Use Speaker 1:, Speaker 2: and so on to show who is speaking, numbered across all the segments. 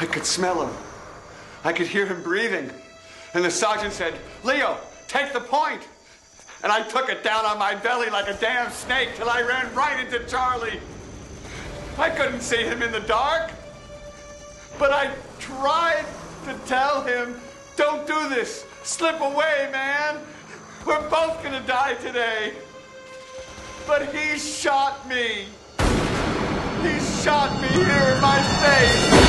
Speaker 1: I could smell him. I could hear him breathing. And the sergeant said, Leo, take the point. And I took it down on my belly like a damn snake till I ran right into Charlie. I couldn't see him in the dark. But I tried to tell him, don't do this. Slip away, man. We're both gonna die today. But he shot me. He shot me here in my face.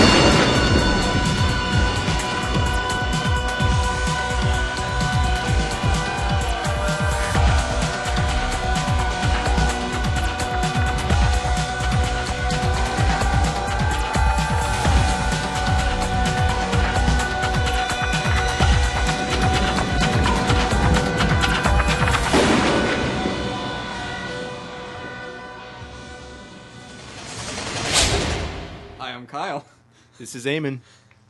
Speaker 2: I am Kyle,
Speaker 3: This is Eamon.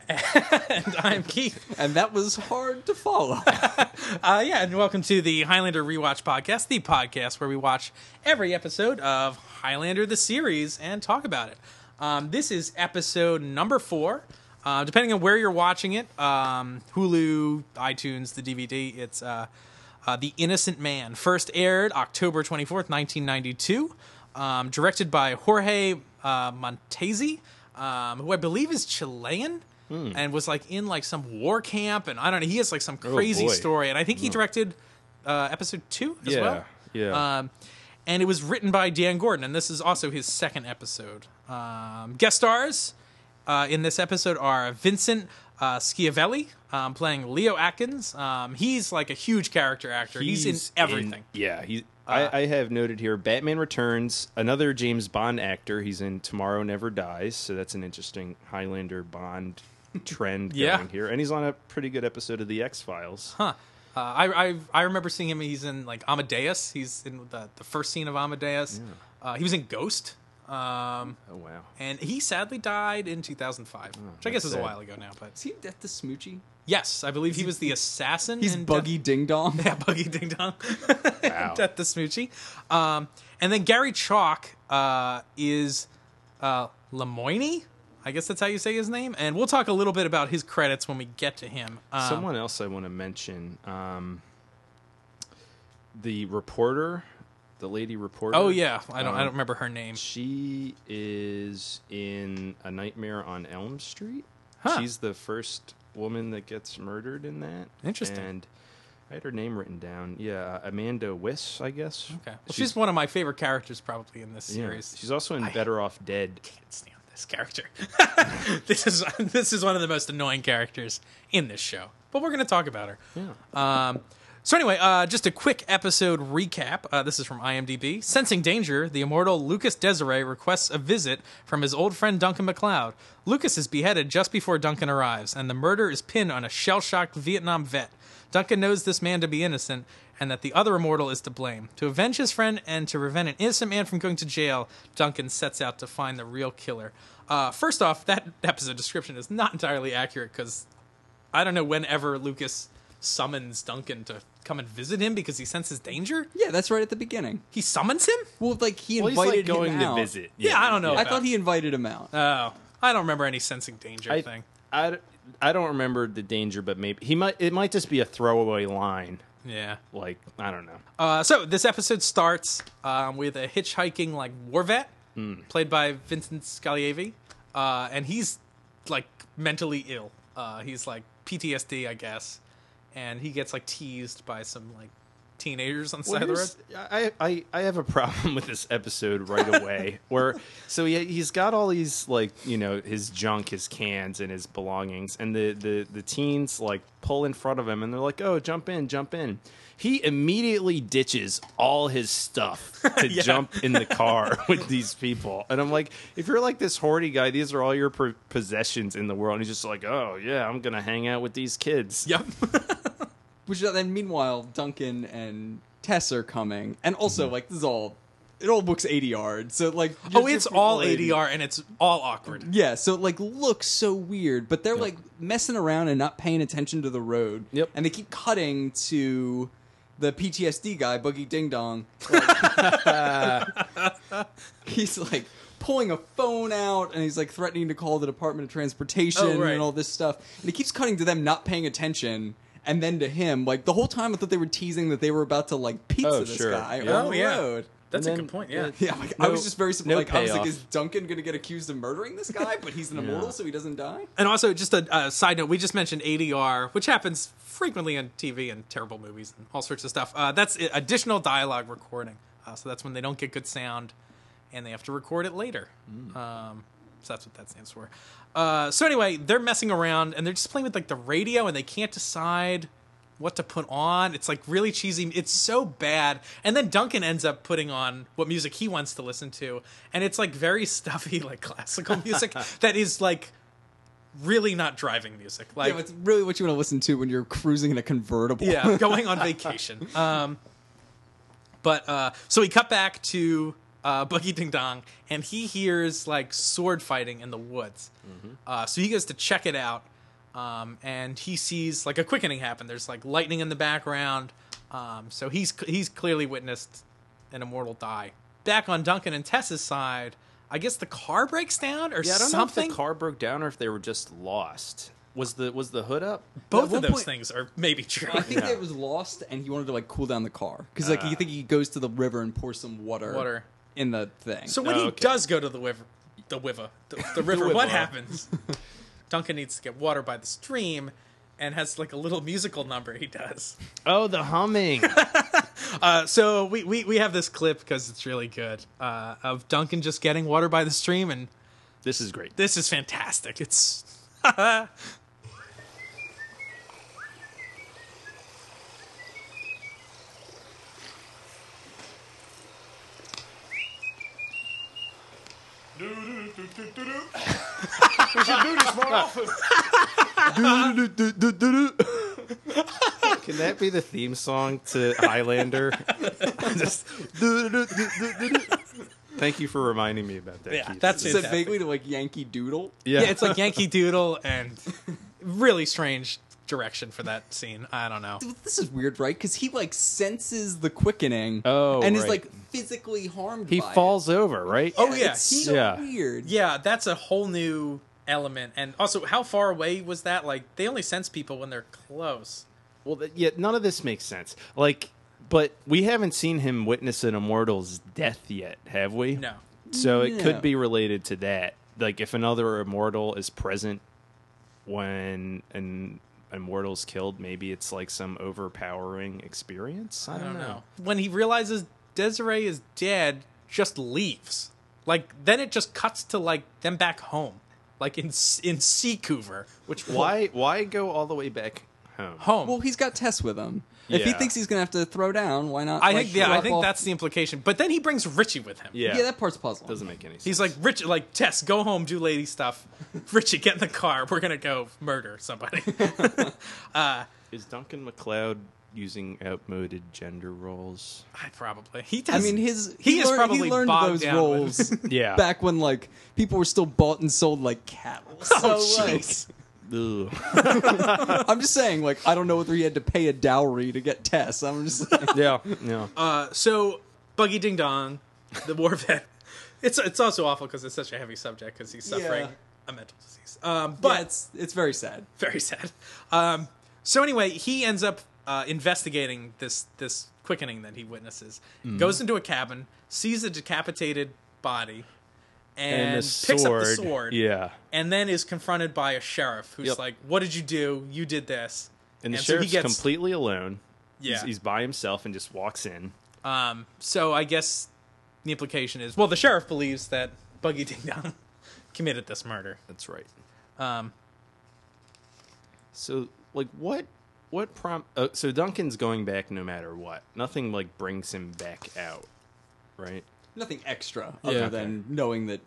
Speaker 4: And I'm Keith.
Speaker 2: and that was hard to follow.
Speaker 4: Uh, yeah, and welcome to the Highlander Rewatch Podcast, the podcast where we watch every episode of Highlander the series and talk about it. Um, this is episode number four. Uh, depending on where you're watching it, um, Hulu, iTunes, the DVD, it's uh, uh, The Innocent Man. First aired October 24th, 1992. Um, directed by Jorge uh, Montesi, um, who I believe is Chilean. And was like in like some war camp, and I don't know. He has like some crazy
Speaker 3: boy.
Speaker 4: story, and I think he directed uh, episode two as
Speaker 3: Yeah,
Speaker 4: well.
Speaker 3: yeah.
Speaker 4: Um, and it was written by Dan Gordon, and this is also his second episode. Um, guest stars uh, in this episode are Vincent uh, Schiavelli um, playing Leo Atkins. Um, he's like a huge character actor. He's, in everything. Uh,
Speaker 3: yeah, he. I, I have noted here Batman Returns, another James Bond actor. He's in Tomorrow Never Dies, so that's an interesting Highlander Bond trend
Speaker 4: Yeah.
Speaker 3: going here. And he's on a pretty good episode of The X Files.
Speaker 4: Huh. Uh, I, I I remember seeing him. He's in like Amadeus. He's in the the first scene of Amadeus. Uh, he was in Ghost, um,
Speaker 3: Oh wow.
Speaker 4: and he sadly died in 2005, which I guess is a
Speaker 3: sad.
Speaker 4: while ago now. But
Speaker 2: is he Death to Smoochie?
Speaker 4: yes, I believe he was the assassin.
Speaker 2: He's
Speaker 4: in
Speaker 2: Buggy Ding Dong.
Speaker 4: Death- yeah, Buggy Ding Dong. Death the Smoochie. Um, and then Gary Chalk uh, is uh, Lemoyne. I guess that's how you say his name. And we'll talk a little bit about his credits when we get to him. Um,
Speaker 3: Someone else I want to mention, um, the reporter, the lady reporter.
Speaker 4: oh yeah, I don't I
Speaker 3: Um,
Speaker 4: don't remember her name.
Speaker 3: She is in A Nightmare on Elm Street. She's the first woman that gets murdered in that.
Speaker 4: Interesting.
Speaker 3: And I had her name written down. Yeah, uh, Amanda Wiss, I guess.
Speaker 4: Okay. Well, she's, one of my favorite characters probably in this
Speaker 3: yeah,
Speaker 4: series.
Speaker 3: She's also in Better Off Dead.
Speaker 4: can't stand this character. this is this is one of the most annoying characters in this show. But we're going to talk about her.
Speaker 3: Uh,
Speaker 4: Um, so anyway, uh, just a quick episode recap. Uh, this is from IMDb. Sensing danger, the immortal Lucas Desiree requests a visit from his old friend Duncan MacLeod. Lucas is beheaded just before Duncan arrives, and the murder is pinned on a shell-shocked Vietnam vet. Duncan knows this man to be innocent and that the other immortal is to blame. To avenge his friend and to prevent an innocent man from going to jail, Duncan sets out to find the real killer. Uh, first off, that episode description is not entirely accurate because I don't know whenever Lucas summons Duncan to come and visit him because he senses danger.
Speaker 2: Yeah, that's right at the beginning.
Speaker 4: He summons him?
Speaker 2: Well, like he
Speaker 3: Well, he's like
Speaker 2: invited
Speaker 3: going
Speaker 2: him
Speaker 3: to
Speaker 2: out.
Speaker 3: visit.
Speaker 4: Yeah, I don't know.
Speaker 2: I thought he invited him out.
Speaker 4: Oh, I don't remember any sensing danger
Speaker 3: I,
Speaker 4: thing.
Speaker 3: I, I don't remember the danger, but maybe he might. It might just be a throwaway line.
Speaker 4: Yeah.
Speaker 3: Like I don't know.
Speaker 4: Uh, so this episode starts um, with a hitchhiking like war vet
Speaker 2: Hmm.
Speaker 4: played by Vincent Scalievi, uh, and he's like mentally ill. Uh, he's like PTSD, I guess, and he gets like teased by some like teenagers on the side of the road.
Speaker 3: here's- I, I, I have a problem with this episode right away. where so he he's got all these like you know his junk, his cans, and his belongings, and the the the teens like pull in front of him, and they're like, "Oh, jump in, jump in." He immediately ditches all his stuff to jump in the car with these people, and I'm like, if you're like this hoardy guy, these are all your pro- possessions in the world, and he's just like, "Oh yeah, I'm gonna hang out with these kids."
Speaker 4: Yep.
Speaker 2: Which uh, then, meanwhile, Duncan and Tess are coming, and also like this is all it all books eighty yard. So like,
Speaker 4: oh,
Speaker 2: you're
Speaker 4: it's
Speaker 2: just
Speaker 4: all
Speaker 2: related.
Speaker 4: ADR and it's all awkward.
Speaker 2: Yeah, so it, like looks so weird, but they're like messing around and not paying attention to the road.
Speaker 3: Yep.
Speaker 2: And they keep cutting to the PTSD guy, Boogie Ding Dong. Like- he's like pulling a phone out and he's like threatening to call the Department of Transportation
Speaker 4: Oh, right.
Speaker 2: and all this stuff. And it keeps cutting to them not paying attention. And then to him, like the whole time, I thought they were teasing that they were about to like pizza
Speaker 3: Oh,
Speaker 2: this
Speaker 3: sure.
Speaker 2: guy
Speaker 3: Yeah.
Speaker 2: on
Speaker 4: Oh,
Speaker 2: the
Speaker 4: yeah.
Speaker 2: road.
Speaker 4: That's
Speaker 3: And
Speaker 4: a
Speaker 3: then,
Speaker 4: good point.
Speaker 3: uh,
Speaker 4: Yeah.
Speaker 2: Yeah, like, I
Speaker 3: No-
Speaker 2: was just very surprised.
Speaker 3: no
Speaker 2: like, I was like,
Speaker 3: payoff.
Speaker 2: is Duncan going to get accused of murdering this guy? But he's an immortal, so he doesn't die.
Speaker 4: And also, just a uh, side note: we just mentioned ADR, which happens frequently on TV and terrible movies and all sorts of stuff. Uh, that's i- additional dialogue recording. Uh, so that's when they don't get good sound, and they have to record it later. Um, so that's what that stands for. Uh, so anyway, they're messing around and they're just playing with like the radio, and they can't decide what to put on. It's like really cheesy. It's so bad. And then Duncan ends up putting on what music he wants to listen to, and it's like very stuffy, like classical music that is like really not driving music. Like
Speaker 2: yeah, but it's really what you want to listen to when you're cruising in a convertible.
Speaker 4: yeah, going on vacation. Um, but uh, so we cut back to uh, Boogie Ding Dong, and he hears like sword fighting in the woods.
Speaker 3: Mm-hmm.
Speaker 4: Uh, so he goes to check it out, um, and he sees like a quickening happen. There's like lightning in the background. Um, so he's he's clearly witnessed an immortal die. Back on Duncan and Tess's side, I guess the car breaks down or
Speaker 3: Yeah, I don't know
Speaker 4: something.
Speaker 3: if the car broke down or if they were just lost. Was the was the hood up?
Speaker 2: At
Speaker 4: Both
Speaker 2: one
Speaker 4: of those
Speaker 2: point-
Speaker 4: things are maybe true.
Speaker 3: Uh,
Speaker 2: I think that it was lost, and he wanted to like cool down the car because like you think he goes to the river and pours some water,
Speaker 4: Water.
Speaker 2: in the thing.
Speaker 4: So when
Speaker 3: Oh,
Speaker 4: he
Speaker 3: okay.
Speaker 4: does go to the river, the river, the, the river,
Speaker 3: river.
Speaker 4: what happens? Duncan needs to get water by the stream, and has like a little musical number he does.
Speaker 3: Oh, the humming.
Speaker 4: Uh, so we, we we have this clip because it's really good uh, of Duncan just getting water by the stream, and
Speaker 3: this is great.
Speaker 4: this is fantastic. It's
Speaker 1: We should do this more often.
Speaker 3: Can that be the theme song to Highlander? Just- Thank you for reminding me about that.
Speaker 4: Yeah,
Speaker 3: Keith.
Speaker 4: that's
Speaker 2: Is
Speaker 4: it.
Speaker 2: it vaguely to like Yankee Doodle?
Speaker 4: yeah, it's like Yankee Doodle, and really strange direction for that scene. I don't know.
Speaker 2: This is weird, right? Because he like senses the quickening,
Speaker 3: Oh,
Speaker 2: and is
Speaker 3: right.
Speaker 2: like physically harmed.
Speaker 3: he
Speaker 2: by it.
Speaker 3: falls over, right?
Speaker 4: Oh, yeah.
Speaker 2: It's so
Speaker 3: Yeah.
Speaker 2: weird.
Speaker 4: Yeah, that's a whole new element. And also, how far away was that? Like, they only sense people when they're close.
Speaker 3: Well, th- yeah, none of this makes sense. Like, but we haven't seen him witness an immortal's death yet, have we?
Speaker 4: No.
Speaker 3: So it
Speaker 2: No.
Speaker 3: could be related to that. Like, if another immortal is present when an immortal's killed, maybe it's like some overpowering experience. I
Speaker 4: I
Speaker 3: don't,
Speaker 4: don't know. When he realizes Desiree is dead, just leaves. Like, then it just cuts to, like, them back home. Like, in, S- in Seacouver. Which,
Speaker 3: Why? Why go all the way back home?
Speaker 4: Home.
Speaker 2: Well, he's got Tess with him. If he
Speaker 3: Yeah.
Speaker 2: thinks he's gonna have to throw down, why not?
Speaker 4: I
Speaker 2: like,
Speaker 4: think, yeah, I
Speaker 2: drop
Speaker 4: think
Speaker 2: off-
Speaker 4: that's the implication. But then he brings Richie with him.
Speaker 3: Yeah.
Speaker 2: yeah. that part's puzzling.
Speaker 3: doesn't make any sense.
Speaker 4: He's like, Rich, like, Tess, go home, do lady stuff. Richie, get in the car. We're going to go murder somebody.
Speaker 3: is Duncan McLeod using outmoded gender roles?
Speaker 4: I probably. He
Speaker 2: I
Speaker 4: does.
Speaker 2: mean, his
Speaker 4: He
Speaker 2: he,
Speaker 4: is
Speaker 2: learned,
Speaker 4: probably
Speaker 2: he learned
Speaker 4: bogged
Speaker 2: those
Speaker 4: down with-
Speaker 2: roles
Speaker 3: Yeah.
Speaker 2: back when like people were still bought and sold like cattle. So like,
Speaker 4: jeez.
Speaker 3: Ugh.
Speaker 2: I'm just saying, like I don't know whether he had to pay a dowry to get Tess. I'm just saying.
Speaker 3: yeah. Yeah.
Speaker 4: so Buggy Ding Dong, the war vet. It's it's also awful because it's such a heavy subject because he's suffering
Speaker 2: Yeah.
Speaker 4: a mental disease. Um,
Speaker 2: but
Speaker 4: but
Speaker 2: it's it's very sad.
Speaker 4: very sad. Um, so anyway, he ends up uh, investigating this this quickening that he witnesses.
Speaker 3: Mm-hmm.
Speaker 4: Goes into a cabin, sees a decapitated body, and, picks up the sword.
Speaker 3: Yeah.
Speaker 4: And then is confronted by a sheriff who's
Speaker 3: Yep.
Speaker 4: like, "What did you do? You did this."
Speaker 3: And the
Speaker 4: so he
Speaker 3: sheriff's
Speaker 4: gets-
Speaker 3: completely alone.
Speaker 4: Yeah.
Speaker 3: He's, he's by himself and just walks in.
Speaker 4: Um, so I guess the implication is well, the sheriff believes that Buggy Ding Dong committed this murder.
Speaker 3: That's right.
Speaker 4: Um,
Speaker 3: So, like, what, what prom? Uh, so Duncan's going back no matter what. Nothing like brings him back out, right?
Speaker 2: Nothing extra other
Speaker 3: Yeah.
Speaker 2: than knowing that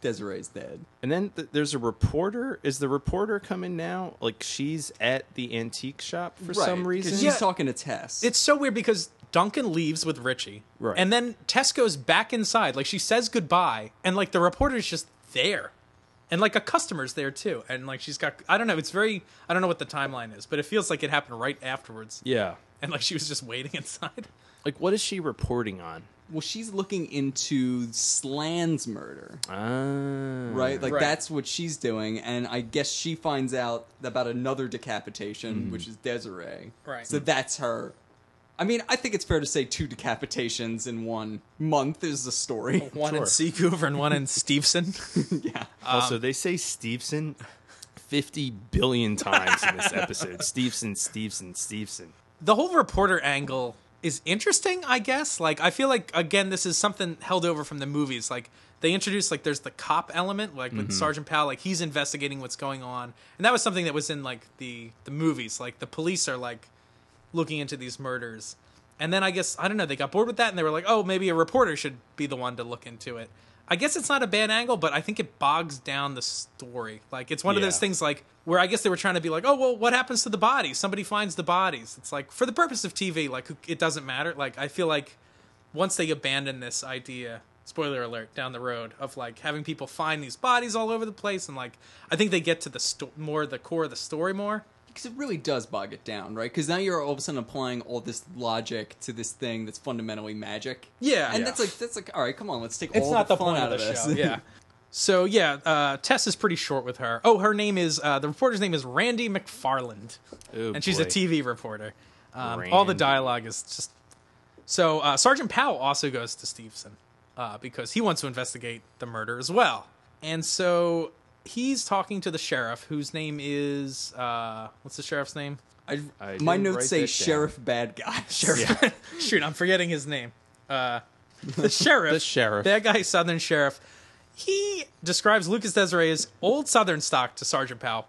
Speaker 2: Desiree's dead.
Speaker 3: And then th- there's a reporter. Is the reporter coming now? Like, she's at the antique shop for some
Speaker 2: 'cause
Speaker 3: reason.
Speaker 2: she's
Speaker 4: Yeah.
Speaker 2: talking to Tess.
Speaker 4: it's so weird because Duncan leaves with Richie,
Speaker 3: Right.
Speaker 4: And then Tess goes back inside, like she says goodbye, and like the reporter's just there, and like a customer's there too, and like she's got I don't know, it's very I don't know what the timeline is, but it feels like it happened right afterwards,
Speaker 3: Yeah.
Speaker 4: and like she was just waiting inside.
Speaker 3: Like, what is she reporting on?
Speaker 2: well, she's looking into Slan's murder,
Speaker 3: Ah.
Speaker 2: right? Like
Speaker 4: Right.
Speaker 2: that's what she's doing, and I guess she finds out about another
Speaker 4: Mm-hmm.
Speaker 2: decapitation, which is Desiree.
Speaker 4: Right.
Speaker 2: So that's her. I mean, I think it's fair to say two decapitations in one month is the story.
Speaker 4: One in Seacouver and one in Steveson.
Speaker 2: yeah.
Speaker 3: Also, they say Steveson 50 billion times in this episode. Steveson, Steveson, Steveson.
Speaker 4: the whole reporter angle is interesting, I guess. Like I feel like again, this is something held over from the movies. Like they introduced like there's the cop element, like with Sergeant Powell, like he's investigating what's going on, and that was something that was in like the the movies. Like the police are like looking into these murders, and then I guess I don't know. They got bored with that, and they were like, oh, maybe a reporter should be the one to look into it. I guess it's not a bad angle, but I think it bogs down the story. Like it's one of those
Speaker 3: Yeah.
Speaker 4: things things like where I guess they were trying to be like, oh well, what happens to the bodies? Somebody finds the bodies. It's like for the purpose of TV, like who- it doesn't matter. Like I feel like once they abandon this idea, spoiler alert, down the road of like having people find these bodies all over the place, and like I think they get to the sto- more the core of the story more.
Speaker 2: Because it really does bog it down, right? Because now you're all of a sudden applying all this logic to this thing that's fundamentally magic.
Speaker 4: Yeah.
Speaker 2: and
Speaker 4: Yeah.
Speaker 2: that's like that's like all right, come on, let's take
Speaker 4: It's
Speaker 2: all
Speaker 4: not
Speaker 2: the,
Speaker 4: the
Speaker 2: fun
Speaker 4: point
Speaker 2: out
Speaker 4: of the
Speaker 2: this.
Speaker 4: show. Yeah. So yeah, uh, Tess is pretty short with her. Oh, her name is uh, the reporter's name is Randy McFarland,
Speaker 3: Oh,
Speaker 4: and she's a
Speaker 3: boy.
Speaker 4: TV reporter. Um, all the
Speaker 3: Randy.
Speaker 4: dialogue is just so. Uh, Sergeant Powell also goes to Stevenson uh, because he wants to investigate the murder as well, and so he's talking to the sheriff, whose name is uh, what's the sheriff's name?
Speaker 2: I,
Speaker 3: I
Speaker 2: my
Speaker 3: didn't
Speaker 2: notes
Speaker 3: write
Speaker 2: say
Speaker 3: that
Speaker 2: sheriff bad guy. Sheriff.
Speaker 4: Shoot, I'm forgetting his name. Uh, the sheriff.
Speaker 3: The sheriff.
Speaker 4: That guy, Southern sheriff. He describes Lucas Desiree as old Southern stock to Sergeant Powell.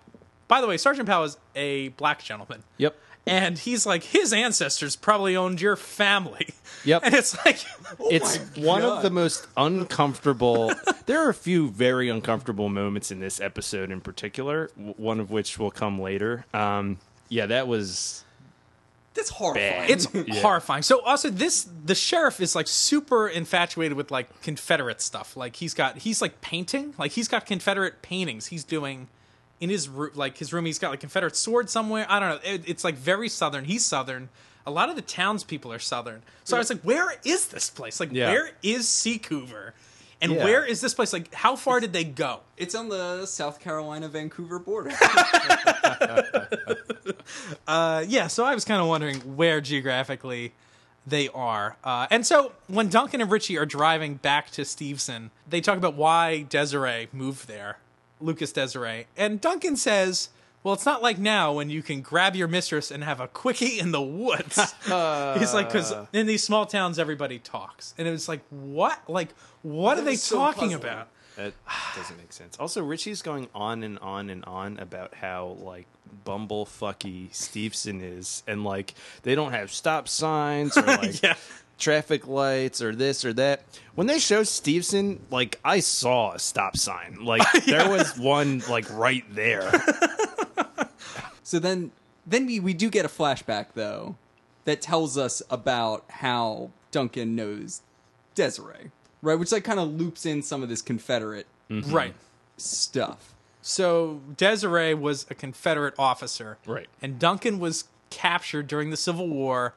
Speaker 4: By the way, Sergeant Powell is a black gentleman.
Speaker 3: Yep.
Speaker 4: And he's like, his ancestors probably owned your family.
Speaker 3: Yep.
Speaker 4: And it's like,
Speaker 3: it's one of the most uncomfortable. there are a few very uncomfortable moments in this episode in particular, w- one of which will come later. Um, yeah, that was
Speaker 2: That's horrifying.
Speaker 4: it's horrifying. So also this the sheriff is like super infatuated with like Confederate stuff. Like he's got he's like painting, like he's got Confederate paintings he's doing in his roo- like his room. He's got like Confederate sword somewhere. I don't know. It, it's like very southern. He's southern. A lot of the townspeople are southern. So I was like, where is this place? Like
Speaker 3: Yeah.
Speaker 4: where is Seacouver? And
Speaker 3: Yeah.
Speaker 4: where is this place? Like how far did they go?
Speaker 2: It's on the South Carolina Vancouver border.
Speaker 4: yeah, so I was kind of wondering where geographically they are. Uh, and so when Duncan and Richie are driving back to Steveson, they talk about why Desiree moved there, Lucas Desiree. And Duncan says, Well, it's not like now when you can grab your mistress and have a quickie in the woods. He's like, Because in these small towns, everybody talks. And it was like, What? Like, what are they
Speaker 2: was so
Speaker 4: talking
Speaker 2: puzzling.
Speaker 4: about?
Speaker 3: That doesn't make sense. Also, Richie's going on and on and on about how like bumblefucky Steveson is, and like they don't have stop signs or like
Speaker 4: Yeah.
Speaker 3: traffic lights or this or that. When they show Steveson, like I saw a stop sign. Like there was one like right there.
Speaker 2: so then, then we, we do get a flashback though, that tells us about how Duncan knows Desiree, right? Which like kind of loops in some of this Confederate
Speaker 3: Mm.
Speaker 4: Right.
Speaker 2: stuff.
Speaker 4: So Desiree was a Confederate officer,
Speaker 3: Right.
Speaker 4: And Duncan was captured during the Civil War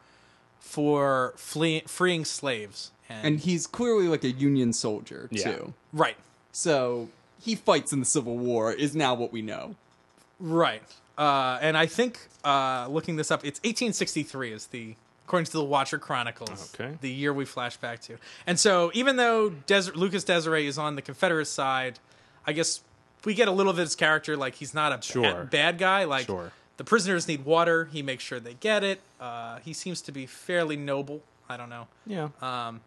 Speaker 4: for fleeing, freeing slaves, and,
Speaker 2: And he's clearly like a Union soldier
Speaker 3: Yeah.
Speaker 2: too.
Speaker 4: right,
Speaker 2: So he fights in the Civil War is now what we know.
Speaker 4: right. Uh, and I think uh, looking this up, it's 1863 is the according to the Watcher Chronicles,
Speaker 3: Okay.
Speaker 4: the year we flash back to. And so even though Des- Lucas Desiree is on the Confederate side, I guess we get a little of his character, like he's not a ba-
Speaker 3: Sure.
Speaker 4: bad guy, like.
Speaker 3: Sure.
Speaker 4: The prisoners need water. He makes sure they get it. Uh, he seems to be fairly noble. I don't know.
Speaker 3: Yeah. Um,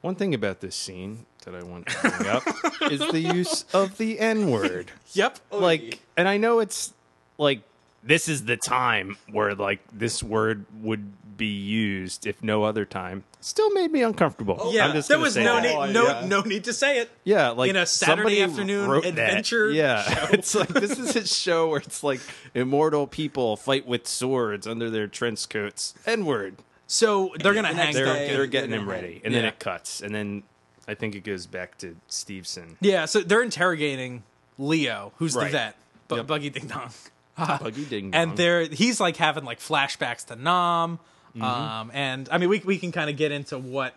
Speaker 3: one thing about this scene that I want to bring up is the use of the N word.
Speaker 4: Yep.
Speaker 3: like and i know it's like this is the time where like this word would be used if no other time still made me uncomfortable
Speaker 4: Oh, Yeah.
Speaker 3: I'm just
Speaker 4: there
Speaker 3: gonna
Speaker 4: was
Speaker 3: say
Speaker 4: no
Speaker 3: that.
Speaker 4: need, no
Speaker 2: yeah.
Speaker 4: no need to say it.
Speaker 3: yeah like
Speaker 4: in a Saturday
Speaker 3: somebody
Speaker 4: afternoon
Speaker 3: wrote that.
Speaker 4: adventure
Speaker 3: yeah it's like this is a show where it's like immortal people fight with swords under their trench coats n word
Speaker 4: So they're gonna hang
Speaker 3: they're,
Speaker 2: Okay.
Speaker 4: Duncan.
Speaker 3: they're getting him ready and then
Speaker 4: Yeah.
Speaker 3: it cuts and then i think it goes back to steveson
Speaker 4: Yeah. So they're interrogating Leo, who's the
Speaker 3: Right.
Speaker 4: vet, but
Speaker 3: Yep.
Speaker 4: Buggy Ding Dong,
Speaker 3: buggy ding
Speaker 4: and
Speaker 3: dong.
Speaker 4: they're he's like having
Speaker 3: Mm-hmm.
Speaker 4: like flashbacks to Nam. Um, and I mean we we can kind of get into what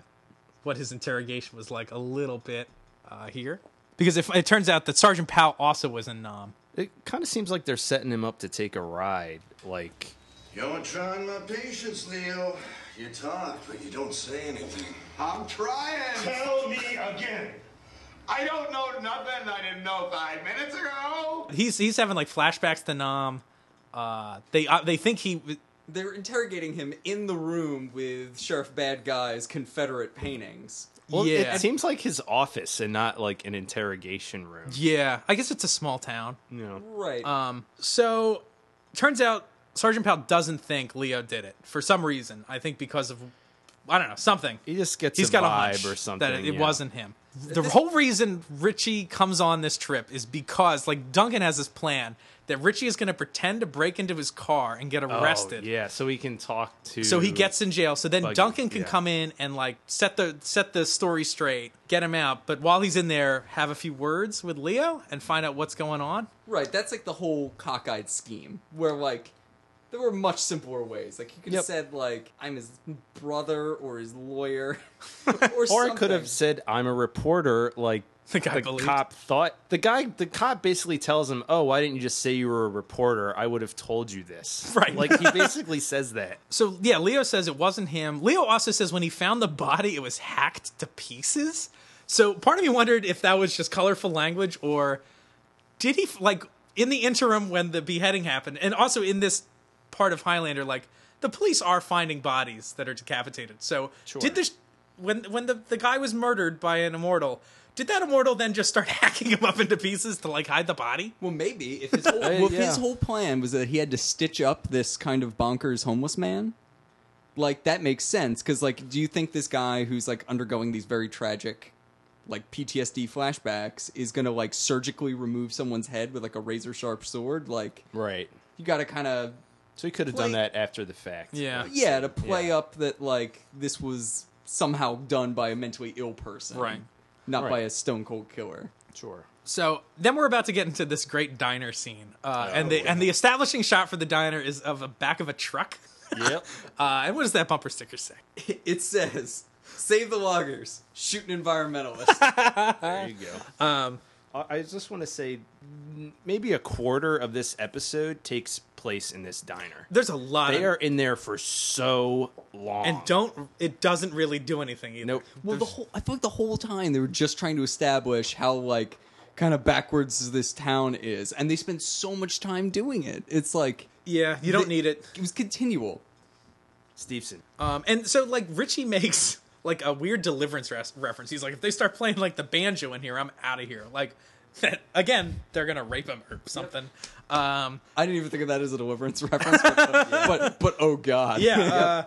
Speaker 4: what his interrogation was like a little bit uh, here, because if it turns out that Sergeant Powell also was in Nam.
Speaker 3: It kind of seems like they're setting him up to take a ride. Like,
Speaker 5: You're trying my patience, Leo. You talk, but you don't say anything.
Speaker 1: I'm trying.
Speaker 5: Tell me again.
Speaker 1: I don't know nothing I didn't know five minutes ago.
Speaker 4: He's he's having like flashbacks to Nam. Uh, they uh, they think he w-
Speaker 2: They're interrogating him in the room with Sheriff Bad Guy's Confederate paintings.
Speaker 3: well,
Speaker 4: Yeah.
Speaker 3: it seems like his office and not like an interrogation room.
Speaker 4: yeah. I guess it's a small town.
Speaker 3: You know,
Speaker 2: Right.
Speaker 4: Um, so turns out Sergeant Powell doesn't think Leo did it for some reason. I think because of I don't know something.
Speaker 3: he just gets
Speaker 4: He's
Speaker 3: a
Speaker 4: got a
Speaker 3: vibe
Speaker 4: hunch
Speaker 3: or something.
Speaker 4: that it
Speaker 3: yeah.
Speaker 4: wasn't him. The whole reason Richie comes on this trip is because like Duncan has this plan that Richie is going to pretend to break into his car and get
Speaker 3: Oh,
Speaker 4: arrested.
Speaker 3: yeah, so he can talk to.
Speaker 4: So he gets in jail. So then
Speaker 3: Buggy,
Speaker 4: Duncan can
Speaker 3: yeah.
Speaker 4: come in and like set the set the story straight, get him out. But while he's in there, have a few words with Leo and find out what's going on.
Speaker 2: right. That's like the whole cockeyed scheme where like there were much simpler ways. Like you could have
Speaker 3: Yep.
Speaker 2: said like I'm his brother or his lawyer or
Speaker 3: Or
Speaker 2: something.
Speaker 3: I could have said, "I'm a reporter." Like
Speaker 4: The guy
Speaker 3: the
Speaker 4: believed.
Speaker 3: cop thought the guy. The cop basically tells him, "Oh, why didn't you just say you were a reporter? I would have told you this."
Speaker 4: Right.
Speaker 3: Like he basically says that.
Speaker 4: So yeah, Leo says it wasn't him. Leo also says when he found the body, it was hacked to pieces. So part of me wondered if that was just colorful language or did he like in the interim when the beheading happened, and also in this part of Highlander, like the police are finding bodies that are decapitated. So did this when when the the guy was murdered by an immortal? Did that immortal then just start hacking him up into pieces to like hide the body?
Speaker 2: Well, maybe if his whole, well, if his
Speaker 3: yeah.
Speaker 2: whole plan was that he had to stitch up this kind of bonkers homeless man, like that makes sense. Because like, do you think this guy who's like undergoing these very tragic, like PTSD flashbacks is gonna like surgically remove someone's head with like a razor sharp sword? Like,
Speaker 3: Right.
Speaker 2: you got to kind of
Speaker 3: So he could have
Speaker 2: Play-
Speaker 3: done that after the fact.
Speaker 4: Yeah.
Speaker 3: Like,
Speaker 2: yeah to play
Speaker 3: Yeah.
Speaker 2: up that like this was somehow done by a mentally ill person,
Speaker 4: Right.
Speaker 2: Not by
Speaker 3: Right.
Speaker 2: a stone cold killer.
Speaker 3: sure.
Speaker 4: So then we're about to get into this great diner scene, uh,
Speaker 3: Oh,
Speaker 4: and the and the establishing shot for the diner is of the back of a truck.
Speaker 3: Yep.
Speaker 4: Uh, and what does that bumper sticker say?
Speaker 2: It says, "Save the loggers, shoot an environmentalist."
Speaker 3: There you go. Um, I I just want to say, m- maybe a quarter of this episode takes place in this diner.
Speaker 4: There's a lot.
Speaker 3: They
Speaker 4: of,
Speaker 3: are in there for so long.
Speaker 4: and don't it doesn't really do anything either.
Speaker 3: Nope.
Speaker 2: Well, the whole I feel like the whole time they were just trying to establish how like kind of backwards this town is, and they spent so much time doing it. It's like
Speaker 4: Yeah, you don't
Speaker 2: They-
Speaker 4: need it.
Speaker 2: it was continual.
Speaker 3: Steveson.
Speaker 4: Um, and so like Richie makes like a weird deliverance res- reference. He's like, if they start playing like the banjo in here, I'm out of here. Like that again, they're gonna rape him or something. Um,
Speaker 2: I didn't even think of that as a deliverance reference, but but, but oh god,
Speaker 4: Yeah. Uh,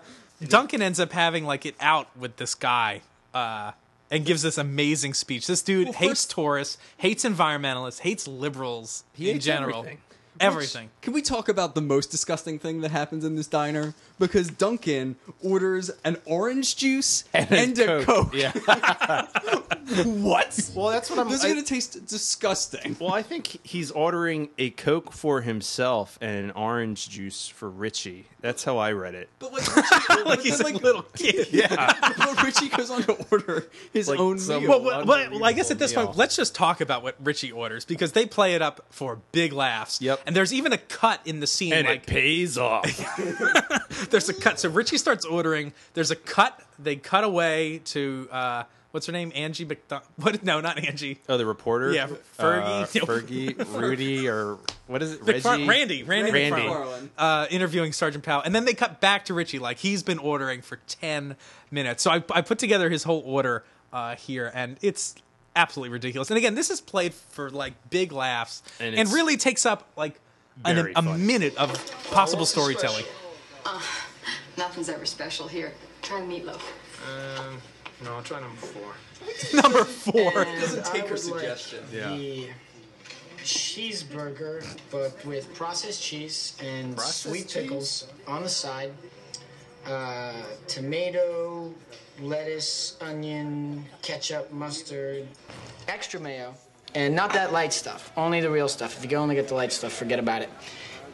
Speaker 4: Duncan ends up having like it out with this guy uh, and gives this amazing speech. This dude hates
Speaker 2: first-
Speaker 4: tourists, hates environmentalists, hates liberals in
Speaker 3: hates
Speaker 4: general.
Speaker 3: everything.
Speaker 4: Everything.
Speaker 2: Can we talk about the most disgusting thing that happens in this diner? Because Duncan orders an orange juice and, a coke.
Speaker 3: Yeah.
Speaker 2: What?
Speaker 3: well, that's what I'm.
Speaker 2: This is
Speaker 3: I-
Speaker 2: gonna taste disgusting.
Speaker 3: well, I think he's ordering a Coke for himself and an orange juice for Richie. That's how I read it.
Speaker 2: But like, Richie, but
Speaker 4: Like
Speaker 2: then,
Speaker 4: he's a little kid.
Speaker 2: but Richie goes on to order his
Speaker 3: Like
Speaker 2: own
Speaker 3: some-
Speaker 2: meal.
Speaker 4: Well, well, well, well, I guess at
Speaker 3: Unbelievable
Speaker 4: this point,
Speaker 3: deal.
Speaker 4: let's just talk about what Richie orders because they play it up for big laughs.
Speaker 3: Yep.
Speaker 4: And there's even a cut in the scene. like,
Speaker 3: pays off.
Speaker 4: there's a cut. So Richie starts ordering. There's a cut. They cut away to uh, what's her name? Angie McDonald. What? No, not Angie.
Speaker 3: oh, the reporter.
Speaker 4: Yeah,
Speaker 3: Uh,
Speaker 4: Fergie.
Speaker 3: Fergie, Rudy, or what is it?
Speaker 4: Mc-
Speaker 3: Reggie,
Speaker 4: Randy, Randy,
Speaker 3: Randy.
Speaker 4: McFarlane, uh, interviewing Sergeant Powell, and then they cut back to Richie, like he's been ordering for ten minutes. So I, I put together his whole order uh, here, and it's absolutely ridiculous. And again, this is played for like big laughs,
Speaker 3: And
Speaker 4: and,
Speaker 3: it's
Speaker 4: really takes up like an,
Speaker 3: very
Speaker 4: a
Speaker 3: funny.
Speaker 4: minute of possible storytelling.
Speaker 6: Nothing's ever special here. Try the meatloaf.
Speaker 7: No, I'll try number four.
Speaker 4: Number four.
Speaker 7: Doesn't
Speaker 2: take her suggestion.
Speaker 3: Yeah.
Speaker 7: The cheeseburger, but with processed cheese and
Speaker 3: Processed
Speaker 7: sweet pickles on the side. Uh, tomato, lettuce, onion, ketchup, mustard, extra mayo, and not that light stuff. Only the real stuff. If you can only get the light stuff, forget about it.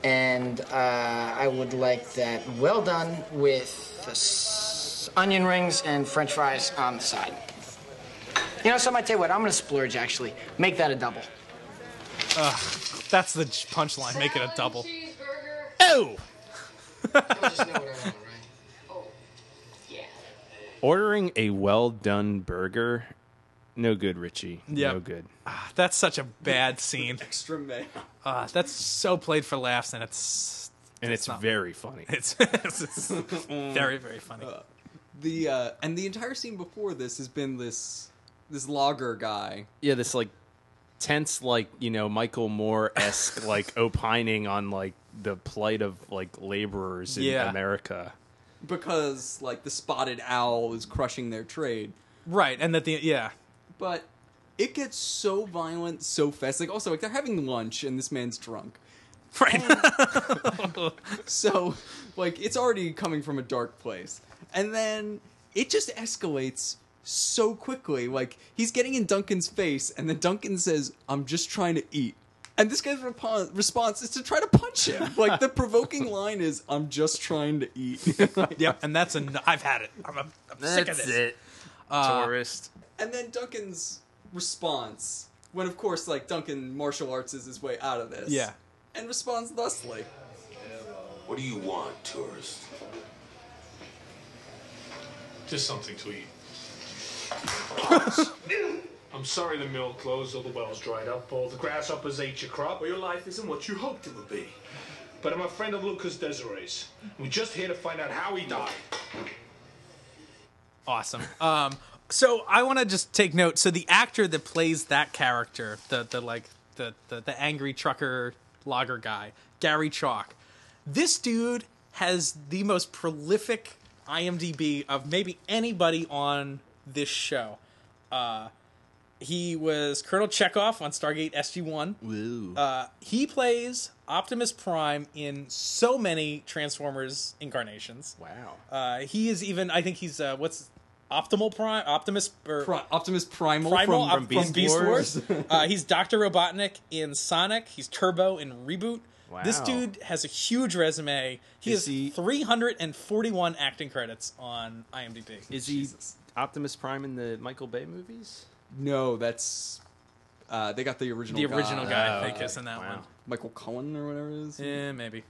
Speaker 7: And uh, I would like that well done with a s- s- onion rings and french fries on the side. You know, so I might tell you what, I'm gonna splurge actually. Make that a double.
Speaker 4: That's the j- punchline. Make it a double.
Speaker 6: Cheeseburger.
Speaker 4: Oh,
Speaker 7: You'll just know what I want, right?
Speaker 6: Yeah.
Speaker 3: Ordering a well done burger, no good, Richie.
Speaker 4: Yep.
Speaker 3: No good.
Speaker 4: that's such a bad scene.
Speaker 2: Extra mayo.
Speaker 4: Uh, that's so played for laughs, and it's
Speaker 3: And it's, very funny.
Speaker 4: it's, it's, it's very very funny.
Speaker 2: The uh, and the entire scene before this has been this this logger guy.
Speaker 3: yeah, this like tense, like you know Michael Moore esque like opining on like the plight of like laborers in
Speaker 4: Yeah.
Speaker 3: America.
Speaker 2: because like the spotted owl is crushing their trade.
Speaker 4: Right, and that the yeah
Speaker 2: But it gets so violent so fast. Like also like they're having lunch and this man's drunk.
Speaker 4: right.
Speaker 2: So like it's already coming from a dark place. And then it just escalates so quickly. Like he's getting in Duncan's face and then Duncan says, "I'm just trying to eat." And this guy's repo- response is to try to punch him. Like the provoking line is, "I'm just trying to eat."
Speaker 4: yep, and that's a I've had it. I'm, I'm, I'm sick of this. Uh,
Speaker 3: Tourist.
Speaker 2: And then Duncan's response, when of course, like Duncan martial arts is his way out of this.
Speaker 4: Yeah.
Speaker 2: And responds thusly.
Speaker 8: What do you want, tourist?
Speaker 9: Just something to eat. I'm sorry the mill closed, all the wells dried up, all the grasshoppers ate your crop, or your life isn't what you hoped it would be. But I'm a friend of Lucas Desiree's. We're just here to find out how he died.
Speaker 4: Awesome. Um, so I want to just take note. So the actor that plays that character, the the like the the, the angry trucker logger guy, Gary Chalk. This dude has the most prolific IMDb of maybe anybody on this show. Uh, he was Colonel Chekhov on Stargate SG One. Uh, he plays Optimus Prime in so many Transformers incarnations.
Speaker 3: Wow.
Speaker 4: Uh, he is even. I think he's uh, what's Optimal Prime, Optimus or
Speaker 2: Pri- Optimus Primal,
Speaker 4: Primal
Speaker 2: from,
Speaker 4: Op-
Speaker 2: from
Speaker 3: Beast Wars.
Speaker 4: uh, he's Doctor Robotnik in Sonic. He's Turbo in Reboot. This
Speaker 3: Wow.
Speaker 4: dude has a huge resume. He
Speaker 3: Is
Speaker 4: has
Speaker 3: he-
Speaker 4: 341 acting credits on IMDb.
Speaker 3: Is he Optimus Prime in the Michael Bay movies?
Speaker 2: No, that's uh, they got the original.
Speaker 4: the original guy,
Speaker 3: Oh,
Speaker 4: I think, is in that
Speaker 3: wow.
Speaker 4: one.
Speaker 2: Michael Cullen or whatever it is.
Speaker 4: Yeah, Eh, maybe.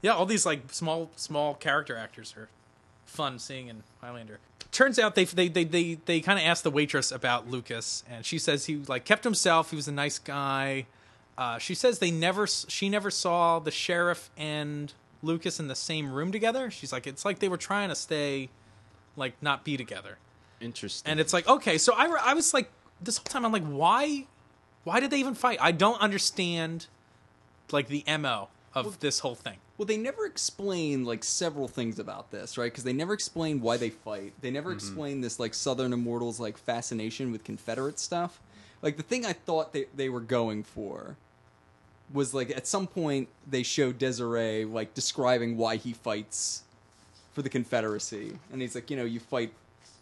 Speaker 4: Yeah, all these like small small character actors are fun seeing in Highlander. Turns out they they they they, they kind of asked the waitress about Lucas, and she says he like kept himself. He was a nice guy. Uh, she says they never s- she never saw the sheriff and Lucas in the same room together. She's like it's like they were trying to stay like not be together.
Speaker 3: Interesting.
Speaker 4: And it's like, okay, so I, re- I was like, this whole time, I'm like, why, why did they even fight? I don't understand, like the mo of this whole thing.
Speaker 2: Well, they never explain like several things about this, right? Because they never explain why they fight. They never explain this like Southern Immortals like fascination with Confederate stuff. Like the thing I thought they they were going for was like at some point they show Desiree like describing why he fights for the Confederacy, and he's like, you know, you fight.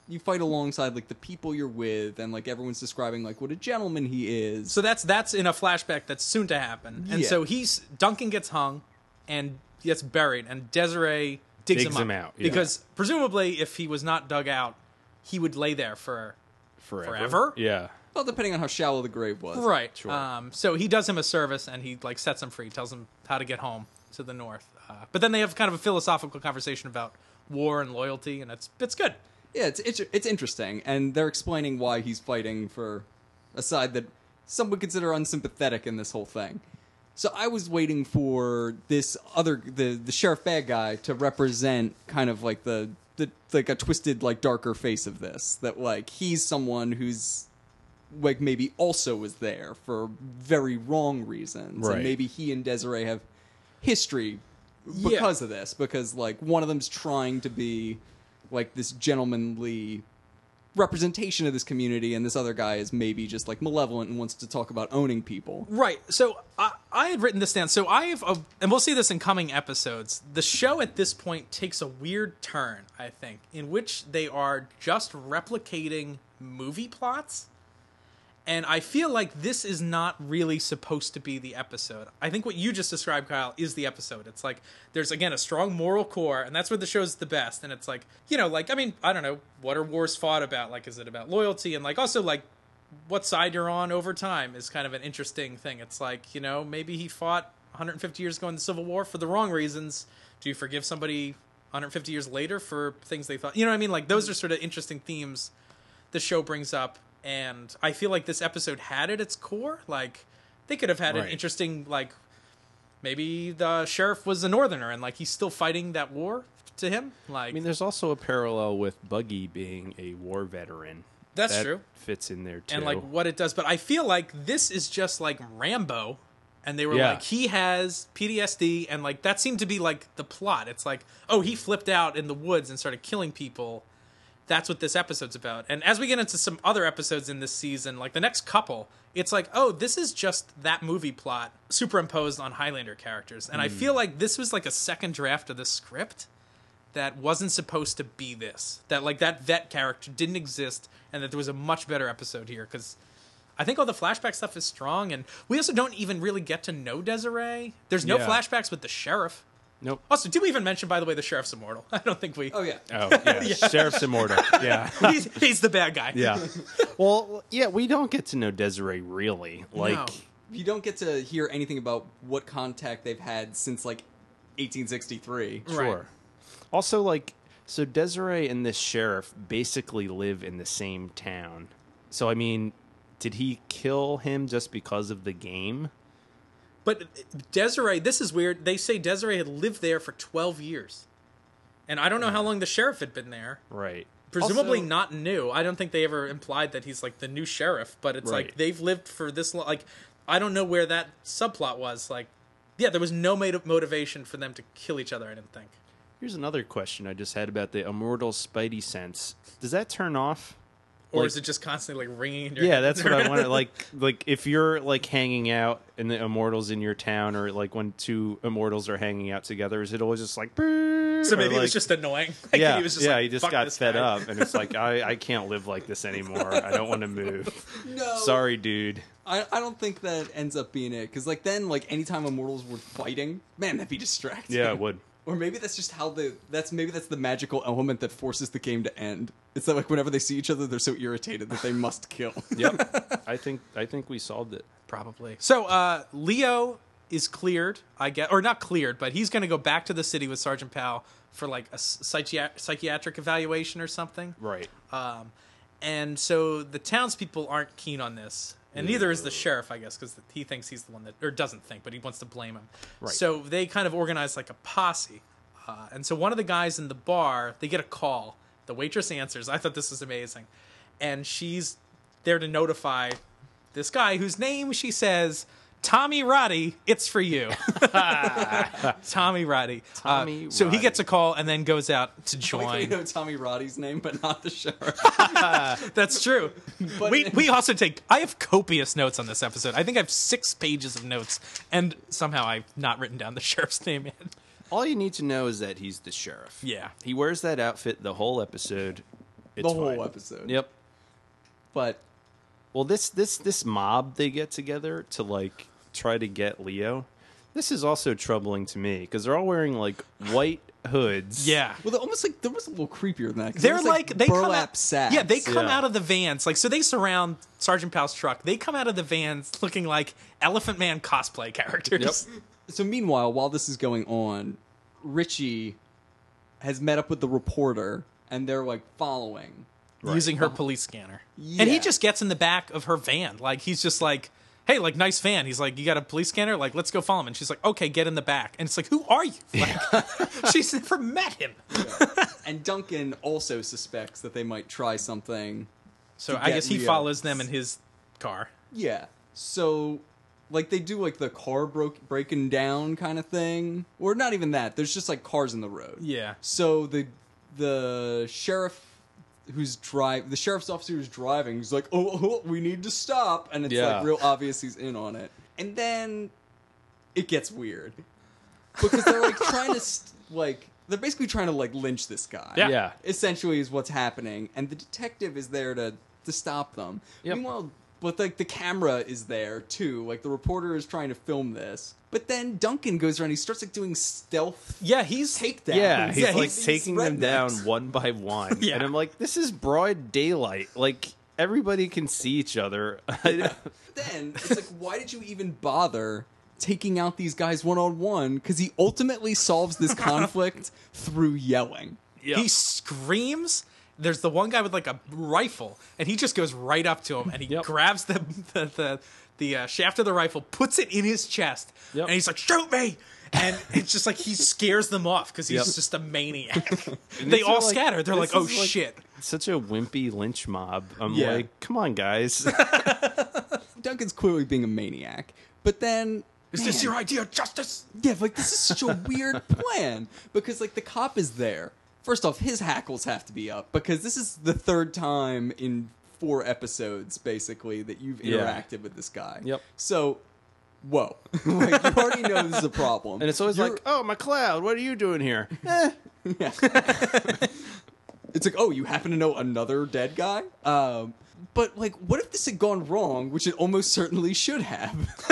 Speaker 2: You fight alongside like the people you're with, and like everyone's describing like what a gentleman he is.
Speaker 4: So that's that's in a flashback that's soon to happen. And
Speaker 2: Yeah.
Speaker 4: so he's Duncan gets hung, and gets buried, and Desiree digs,
Speaker 3: Digs
Speaker 4: him,
Speaker 3: him
Speaker 4: up
Speaker 3: out, yeah.
Speaker 4: because presumably if he was not dug out, he would lay there for
Speaker 3: forever.
Speaker 4: forever?
Speaker 3: Yeah.
Speaker 2: well, depending on how shallow the grave was,
Speaker 4: right.
Speaker 3: Sure.
Speaker 4: Um, so he does him a service, and he like sets him free, tells him how to get home to the north. Uh, but then they have kind of a philosophical conversation about war and loyalty, and it's it's good.
Speaker 2: Yeah, it's, it's it's interesting, and they're explaining why he's fighting for a side that some would consider unsympathetic in this whole thing. So I was waiting for this other the the sheriff bad guy to represent kind of like the the like a twisted like darker face of this that like he's someone who's like maybe also was there for very wrong reasons,
Speaker 3: Right.
Speaker 2: and maybe he and Desiree have history because of this because like one of them's trying to be like this gentlemanly representation of this community and this other guy is maybe just like malevolent and wants to talk about owning people
Speaker 4: Right. So I, I had written this down. So I have, a, and we'll see this in coming episodes. The show at this point takes a weird turn, I think, in which they are just replicating movie plots And I feel like this is not really supposed to be the episode. I think what you just described, Kyle, is the episode. It's like there's again a strong moral core, and that's where the show's the best. And it's like you know, like I mean, I don't know what are wars fought about. Like, is it about loyalty and like also like what side you're on over time is kind of an interesting thing. It's like, you know, maybe he fought 150 years ago in the Civil War for the wrong reasons. Do you forgive somebody 150 years later for things they thought? You know what I mean? Like, those are sort of interesting themes the show brings up. And I feel like this episode had at its core, like, they could have had an
Speaker 3: Right.
Speaker 4: interesting, like, maybe the sheriff was a northerner and, like, he's still fighting that war to him. Like,
Speaker 3: I mean, there's also a parallel with Buggy being a war veteran.
Speaker 4: That's
Speaker 3: That
Speaker 4: true.
Speaker 3: Fits in there too.
Speaker 4: and like what it does. But I feel like this is just like Rambo, and they were
Speaker 3: Yeah.
Speaker 4: like he has PTSD, and like that seemed to be like the plot. It's like oh he flipped out in the woods and started killing people. That's what this episode's about. And as we get into some other episodes in this season, like the next couple, it's like, oh, this is just that movie plot superimposed on Highlander characters. And I feel like this was like a second draft of the script that wasn't supposed to be this. That like that vet character didn't exist, and that there was a much better episode here because I think all the flashback stuff is strong, and we also don't even really get to know Desiree. There's no
Speaker 3: Yeah.
Speaker 4: flashbacks with the sheriff.
Speaker 3: nope.
Speaker 4: Also, did we even mention by the way the sheriff's immortal? I don't think we.
Speaker 2: Oh yeah.
Speaker 3: Oh, yeah. Sheriff's immortal. Yeah.
Speaker 4: he's, he's the bad guy.
Speaker 3: Yeah. well, yeah, we don't get to know Desiree really. Like,
Speaker 4: No.
Speaker 2: You don't get to hear anything about what contact they've had since like 1863.
Speaker 3: sure. Also, like, so Desiree and this sheriff basically live in the same town. So, I mean, did he kill him just because of the game?
Speaker 4: But Desiree, this is weird. They say Desiree had lived there for 12 years. And I don't know how long the sheriff had been there.
Speaker 3: Right.
Speaker 4: Presumably
Speaker 3: Also-
Speaker 4: not new. I don't think they ever implied that he's like the new sheriff, but it's like
Speaker 3: Right.
Speaker 4: they've lived for this long. Like, I don't know where that subplot was. Like, yeah, there was no made motivation for them to kill each other, I didn't think.
Speaker 3: Here's another question I just had about the immortal Spidey sense. Does that turn off?
Speaker 4: Or
Speaker 3: Like-
Speaker 4: is it just constantly like, ringing in your
Speaker 3: Yeah,
Speaker 4: head?
Speaker 3: that's what I wanted. Like, like if you're like hanging out and the immortals in your town, or like when two immortals are hanging out together, is it always just like?
Speaker 4: So maybe it was just annoying. Like,
Speaker 3: yeah,
Speaker 4: he was just
Speaker 3: yeah.
Speaker 4: like,
Speaker 3: he just
Speaker 4: "Fuck
Speaker 3: got
Speaker 4: this
Speaker 3: fed
Speaker 4: guy."
Speaker 3: up, and it's like I, I can't live like this anymore. I don't want to move.
Speaker 2: No.
Speaker 3: Sorry, dude.
Speaker 2: I, I don't think that ends up being it because like then like anytime immortals were fighting, man, that'd be distracting.
Speaker 3: Yeah, it would.
Speaker 2: Or maybe that's just how the that's maybe that's the magical element that forces the game to end. It's that like whenever they see each other, they're so irritated that they must kill.
Speaker 3: Yep. I think I think we solved it.
Speaker 4: probably. So uh, Leo is cleared, I guess, or not cleared, but he's going to go back to the city with Sergeant Powell for like a psychiatric, psychiatric evaluation or something.
Speaker 3: Right.
Speaker 4: Um, and so the townspeople aren't keen on this, and neither is the sheriff, I guess, because he thinks he's the one that, or doesn't think, but he wants to blame him. Right. So they kind of organize like a posse. Uh, and so one of the guys in the bar, they get a call. The waitress answers. I thought this was amazing, and she's there to notify this guy whose name she says. Tommy Roddy, it's for you. Tommy Roddy. Uh,
Speaker 3: Tommy
Speaker 4: So he
Speaker 3: Roddy.
Speaker 4: gets a call and then goes out to
Speaker 2: Like, we
Speaker 4: join.
Speaker 2: know Tommy Roddy's name, but not the sheriff.
Speaker 4: That's true.
Speaker 2: But-
Speaker 4: we we also take. I have copious notes on this episode. I think I have six pages of notes, and somehow I've not written down the sheriff's name yet.
Speaker 3: All you need to know is that he's the sheriff.
Speaker 4: Yeah.
Speaker 3: He wears that outfit the whole episode. It's
Speaker 2: the whole
Speaker 3: fine.
Speaker 2: episode.
Speaker 3: Yep.
Speaker 2: But
Speaker 3: Well, this this this mob they get together to like try to get Leo. This is also troubling to me because they're all wearing like white hoods.
Speaker 4: Yeah.
Speaker 2: well, they're almost like there was a little creepier than that. 'cause it
Speaker 4: They're
Speaker 2: was,
Speaker 4: like, they
Speaker 2: burlap
Speaker 4: come out,
Speaker 2: sacks.
Speaker 4: yeah they come
Speaker 3: Yeah.
Speaker 4: out of the vans like so they surround Sergeant Powell's truck. They come out of the vans looking like Elephant Man cosplay characters.
Speaker 2: So meanwhile, while this is going on, Richie has met up with the reporter, and they're like following.
Speaker 4: using her police scanner. And he
Speaker 2: Yeah.
Speaker 4: just gets in the back of her van. Like he's just like, "Hey, like nice van." He's like, "You got a police scanner? Like let's go follow him." And she's like, "Okay, get in the back." And it's like, "Who are you?" Like, she's never met him.
Speaker 2: And Duncan also suspects that they might try something.
Speaker 4: So
Speaker 2: To
Speaker 4: I
Speaker 2: get
Speaker 4: guess he
Speaker 2: Leo.
Speaker 4: follows them in his car.
Speaker 2: Yeah. So, like, they do like the car broke breaking down kind of thing, or not even that. There's just like cars in the road.
Speaker 4: Yeah.
Speaker 2: So the the sheriff who's drive the sheriff's officer who's driving is like, oh, oh, we need to stop, and it's
Speaker 3: Yeah.
Speaker 2: like real obvious he's in on it. And then it gets weird because they're like trying to st- like they're basically trying to like lynch this guy.
Speaker 4: Yeah.
Speaker 3: Yeah.
Speaker 2: Essentially, is what's happening, and the detective is there to to stop them. Meanwhile, But like the camera is there too. Like the reporter is trying to film this. But then Duncan goes around. He starts like doing stealth
Speaker 4: Yeah, he's
Speaker 2: takedowns.
Speaker 3: Yeah, he's like
Speaker 2: these
Speaker 3: taking them down
Speaker 2: rednecks.
Speaker 3: one by one.
Speaker 4: Yeah.
Speaker 3: And I'm like, this is broad daylight. Like, everybody can see each other.
Speaker 2: then it's like why did you even bother taking out these guys one on one because he ultimately solves this conflict through yelling
Speaker 3: Yeah.
Speaker 4: He screams. There's the one guy with like a rifle, and he just goes right up to him, and he
Speaker 3: Yep.
Speaker 4: grabs the the the, the uh, shaft of the rifle, puts it in his chest,
Speaker 3: Yep.
Speaker 4: and he's like, "Shoot me!" And it's just like he scares them off because he's
Speaker 3: Yep.
Speaker 4: just a maniac. they all
Speaker 3: like-
Speaker 4: scatter. They're
Speaker 3: this
Speaker 4: like, "Oh
Speaker 3: is like-
Speaker 4: shit!"
Speaker 3: Such a wimpy lynch mob. I'm
Speaker 2: Yeah.
Speaker 3: like, come on, guys.
Speaker 2: duncan's clearly being a maniac but then
Speaker 4: Is this your idea of justice?
Speaker 2: yeah like this is such a weird plan because like the cop is there first off his hackles have to be up because this is the third time in four episodes basically that you've
Speaker 3: Yeah.
Speaker 2: interacted with this guy
Speaker 3: Yep.
Speaker 2: so whoa like you already know this is a problem
Speaker 3: And it's always
Speaker 2: You're-
Speaker 3: like, oh, McLeod, what are you doing here?
Speaker 2: it's like, oh, you happen to know another dead guy? Um, but like, what if this had gone wrong, which it almost certainly should have?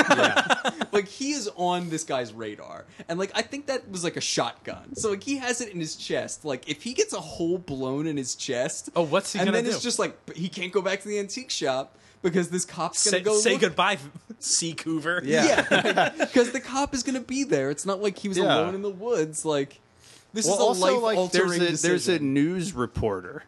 Speaker 2: like he is on this guy's radar, and like I think that was like a shotgun. So like he has it in his chest. Like if he gets a hole blown in his chest,
Speaker 4: Oh, what's he
Speaker 2: and
Speaker 4: gonna
Speaker 2: then
Speaker 4: do?
Speaker 2: it's just like he can't go back to the antique shop because this cop's gonna
Speaker 4: Say,
Speaker 2: go
Speaker 4: say
Speaker 2: look-
Speaker 4: goodbye, Sea Coover.
Speaker 2: Yeah, because the cop is gonna be there. It's not like he was
Speaker 3: Yeah.
Speaker 2: alone in the woods. Like this
Speaker 3: Well,
Speaker 2: is a
Speaker 3: also,
Speaker 2: life
Speaker 3: like,
Speaker 2: altering
Speaker 3: there's a, there's a news reporter.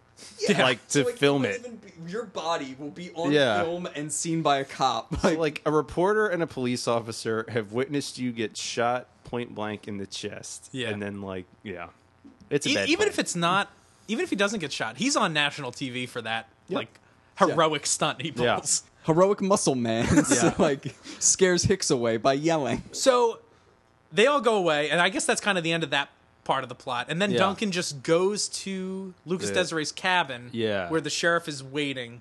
Speaker 3: Like, to
Speaker 2: So, like,
Speaker 3: film
Speaker 2: you
Speaker 3: it.
Speaker 2: won't even be- your body will be on
Speaker 3: Yeah.
Speaker 2: film and seen by a cop. Like,
Speaker 3: like a reporter and a police officer have witnessed you get shot point blank in the chest.
Speaker 4: Yeah.
Speaker 3: And then like, yeah. It's a
Speaker 4: E-
Speaker 3: bad
Speaker 4: even
Speaker 3: plan.
Speaker 4: if it's not, even if he doesn't get shot, he's on national TV for that
Speaker 3: Yep.
Speaker 4: like heroic stunt he
Speaker 3: Yeah.
Speaker 4: pulls.
Speaker 2: heroic muscle man, so,
Speaker 3: Yeah.
Speaker 2: like scares Hicks away by yelling.
Speaker 4: So they all go away, and I guess that's kind of the end of that part of the plot. And then
Speaker 3: Yeah.
Speaker 4: Duncan just goes to Lucas
Speaker 3: The-
Speaker 4: Desiree's cabin,
Speaker 3: Yeah.
Speaker 4: where the sheriff is waiting,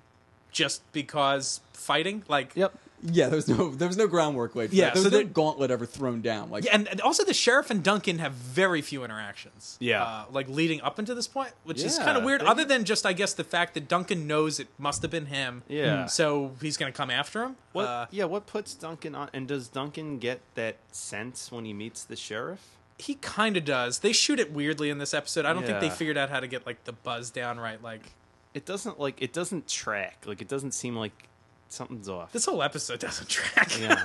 Speaker 4: just because fighting. Like,
Speaker 3: Yep.
Speaker 2: Yeah, there's no there was no groundwork laid. For
Speaker 4: Yeah,
Speaker 2: that. there
Speaker 4: so
Speaker 2: was no
Speaker 4: they're-
Speaker 2: gauntlet ever thrown down. Like,
Speaker 4: Yeah, and, and also the sheriff and Duncan have very few interactions.
Speaker 3: Yeah.
Speaker 4: uh, like leading up into this point, which is
Speaker 3: Yeah,
Speaker 4: kind of weird.
Speaker 3: they-
Speaker 4: Other than just, I guess, the fact that Duncan knows it must have been him.
Speaker 3: Yeah.
Speaker 4: so he's gonna come after him.
Speaker 3: What,
Speaker 4: Uh,
Speaker 3: yeah, what puts Duncan on? And does Duncan get that sense when he meets the sheriff?
Speaker 4: he kind of does. They shoot it weirdly in this episode. I don't think they
Speaker 3: Yeah.
Speaker 4: figured out how to get like the buzz down right. Like
Speaker 3: It doesn't like it doesn't track. Like it doesn't seem like something's off.
Speaker 4: this whole episode doesn't track.
Speaker 3: yeah,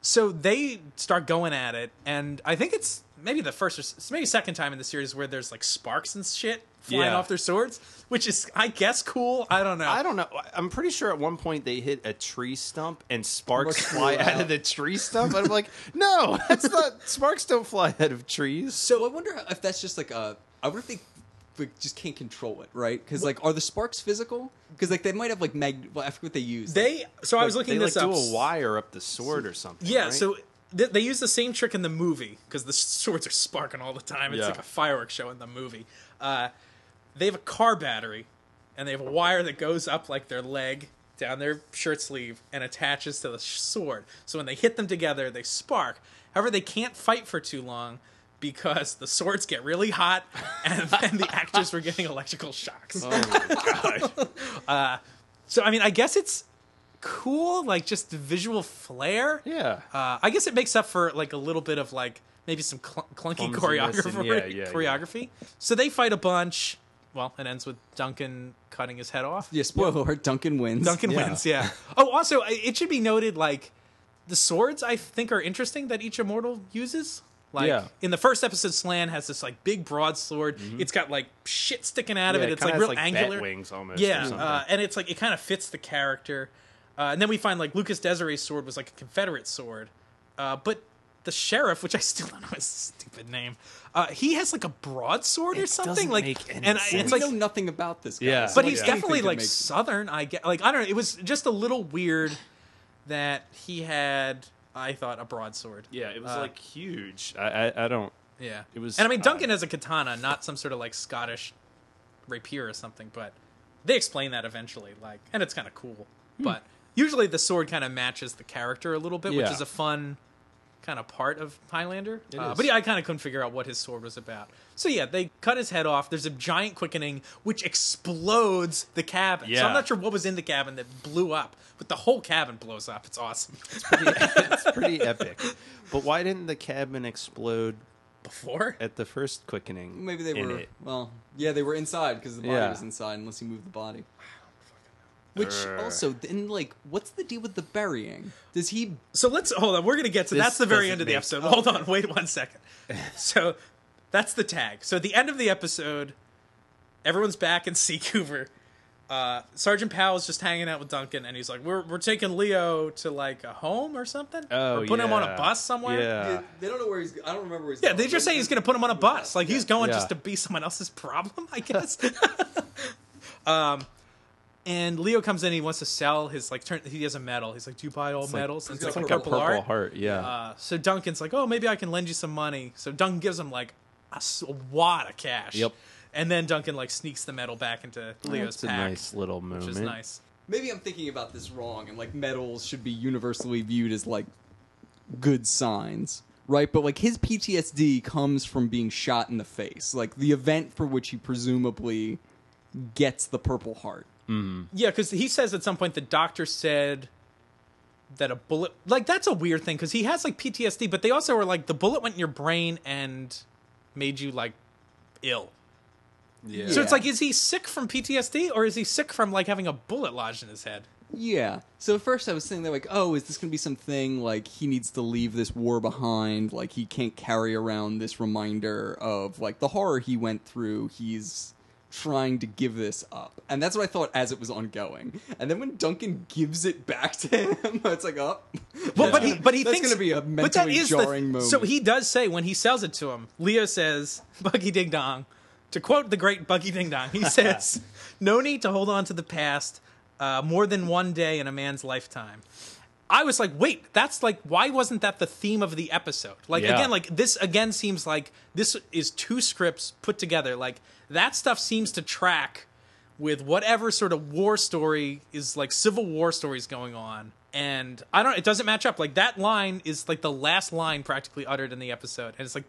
Speaker 4: So they start going at it, and I think it's maybe the first or s- maybe second time in the series where there's like sparks and shit flying
Speaker 3: Yeah.
Speaker 4: off their swords, which is I guess cool. I don't know.
Speaker 3: I don't know. I'm pretty sure at one point they hit a tree stump and sparks
Speaker 2: Sparks
Speaker 3: fly
Speaker 2: flew
Speaker 3: out
Speaker 2: out.
Speaker 3: of the tree stump. And I'm like, no, that's not. Sparks don't fly out of trees.
Speaker 2: so I wonder if that's just like a. I wonder if they like, just can't control it, right? Because like, are the sparks physical? Because like they might have like mag. Well, I forget what they use.
Speaker 4: They so I was looking
Speaker 3: They like
Speaker 4: this
Speaker 3: do
Speaker 4: up.
Speaker 3: a wire up the sword or something.
Speaker 4: Yeah,
Speaker 3: right?
Speaker 4: so th- they use the same trick in the movie because the s- swords are sparking all the time. It's
Speaker 3: Yeah.
Speaker 4: like a fireworks show in the movie. Uh, they have a car battery, and they have a wire that goes up like their leg down their shirt sleeve and attaches to the sh- sword. So when they hit them together, they spark. However, they can't fight for too long because the swords get really hot, and then the actors were getting electrical shocks.
Speaker 3: Oh
Speaker 4: Uh, So I mean, I guess it's cool, like just the visual flair.
Speaker 3: Yeah.
Speaker 4: Uh, I guess it makes up for like a little bit of like maybe some cl- clunky
Speaker 3: Clumsiness
Speaker 4: choreography.
Speaker 3: and- yeah, yeah, yeah.
Speaker 4: choreography. So they fight a bunch. Well, it ends with Duncan cutting his head off.
Speaker 2: Yeah, spoiler alert, Duncan wins.
Speaker 4: Duncan
Speaker 3: Yeah.
Speaker 4: wins. Yeah. Oh, also, I- it should be noted like the swords I think are interesting that each immortal uses. Like
Speaker 3: Yeah. Mm-hmm.
Speaker 4: in the first episode, Slan has this like big broadsword. It's got like shit sticking out of
Speaker 3: Yeah,
Speaker 4: it.
Speaker 3: it
Speaker 4: It's like
Speaker 3: kinda has,
Speaker 4: real
Speaker 3: like, bat
Speaker 4: angular
Speaker 3: wings almost or
Speaker 4: Yeah,
Speaker 3: something.
Speaker 4: uh, and it's like it kind of fits the character. Uh, and then we find like Lucas Desiree's sword was like a Confederate sword, uh, but the sheriff, which I still don't know his stupid name, uh, he has like a broadsword or
Speaker 3: It
Speaker 4: something.
Speaker 3: doesn't
Speaker 4: like,
Speaker 3: make any
Speaker 4: and I,
Speaker 3: sense.
Speaker 4: it's
Speaker 2: We
Speaker 4: like
Speaker 2: know nothing about this guy.
Speaker 3: Yeah.
Speaker 2: so,
Speaker 4: but
Speaker 2: like,
Speaker 4: he's
Speaker 2: anything
Speaker 4: definitely
Speaker 2: could
Speaker 4: like
Speaker 2: make-
Speaker 4: southern i get like i don't know it was just a little weird that he had i thought a broadsword
Speaker 3: Yeah, it was like huge. I, I I don't.
Speaker 4: yeah
Speaker 3: It was-
Speaker 4: and i mean duncan
Speaker 3: uh,
Speaker 4: has a katana not some sort of like scottish rapier or something but they explain that eventually like and it's
Speaker 3: Hmm.
Speaker 4: kind of cool but usually the sword kind of matches the character a little bit which
Speaker 3: Yeah.
Speaker 4: is a fun kind of part of Highlander. Uh, but yeah, I kind of couldn't figure out what his sword was about. So yeah, they cut his head off. There's a giant quickening which explodes the cabin. So
Speaker 3: Yeah.
Speaker 4: I'm not sure what was in the cabin that blew up, but the whole cabin blows up. It's awesome.
Speaker 3: it's pretty epic. But why didn't the cabin explode
Speaker 4: Before
Speaker 3: at the first quickening?
Speaker 2: Maybe they
Speaker 3: in
Speaker 2: were.
Speaker 3: it?
Speaker 2: Well, yeah, they were inside because the body
Speaker 3: Yeah.
Speaker 2: was inside, unless you move the body. Which
Speaker 3: Err.
Speaker 2: also then like, what's the deal with the burying? Does he?
Speaker 4: So let's hold on. We're gonna get to
Speaker 3: This
Speaker 4: that's the very
Speaker 3: doesn't
Speaker 4: end of the
Speaker 3: make-
Speaker 4: episode. hold on, wait one second. so that's the tag. So at the end of the episode, everyone's back in Seacouver. Uh, Sergeant Powell's just hanging out with Duncan, and he's like, "We're we're taking Leo to like a home or something.
Speaker 3: Oh,
Speaker 4: we're putting him on
Speaker 3: yeah.
Speaker 4: a bus somewhere.
Speaker 3: Yeah.
Speaker 2: they don't know where he's. I don't remember where he's.
Speaker 4: Yeah, they just say he's going to put him on a bus. Like he's going
Speaker 3: Yeah.
Speaker 4: just to be someone else's problem, I guess. um, and Leo comes in. He wants to sell his like. Turn, he has a medal. He's like, "Do you buy all medals?" And it's like
Speaker 2: got
Speaker 4: a
Speaker 2: a
Speaker 4: purple,
Speaker 3: Purple
Speaker 4: heart.
Speaker 3: heart. yeah.
Speaker 4: Uh, so Duncan's like, "Oh, maybe I can lend you some money." So Duncan gives him like a s- a wad of cash.
Speaker 3: Yep.
Speaker 4: And then Duncan like sneaks the medal back into Leo's
Speaker 3: That's a
Speaker 4: pack,
Speaker 3: nice little moment.
Speaker 4: which is nice.
Speaker 2: Maybe I'm thinking about this wrong, and like medals should be universally viewed as like good signs, right? But like his PTSD comes from being shot in the face, like the event for which he presumably gets the Purple Heart.
Speaker 4: Yeah, because he says at some point the doctor said that a bullet, like that's a weird thing because he has like PTSD, but they also were like the bullet went in your brain and made you like ill.
Speaker 3: Yeah.
Speaker 4: So it's like, is he sick from PTSD or is he sick from like having a bullet lodged in his head?
Speaker 2: Yeah. So at first I was thinking, like, oh, is this going to be something like he needs to leave this war behind? Like he can't carry around this reminder of like the horror he went through. He's trying to give this up, and that's what I thought as it was ongoing. And then when Duncan gives it back to him, it's like, oh,
Speaker 4: Well, but he, but he
Speaker 2: that's
Speaker 4: thinks
Speaker 2: gonna be a
Speaker 4: but
Speaker 2: mentally
Speaker 4: that is the-
Speaker 2: jarring moment.
Speaker 4: So he does say when he sells it to him, Leo says, "Buggy Ding Dong." To quote the great Buggy Ding Dong, he says, "No need to hold on to the past. Uh, more than one day in a man's lifetime." I was like, "Wait, that's like why wasn't that the theme of the episode?" Like
Speaker 3: Yeah.
Speaker 4: again, like this again seems like this is two scripts put together. Like that stuff seems to track with whatever sort of war story is like civil war stories going on and i don't it doesn't match up like that line is like the last line practically uttered in the episode and it's like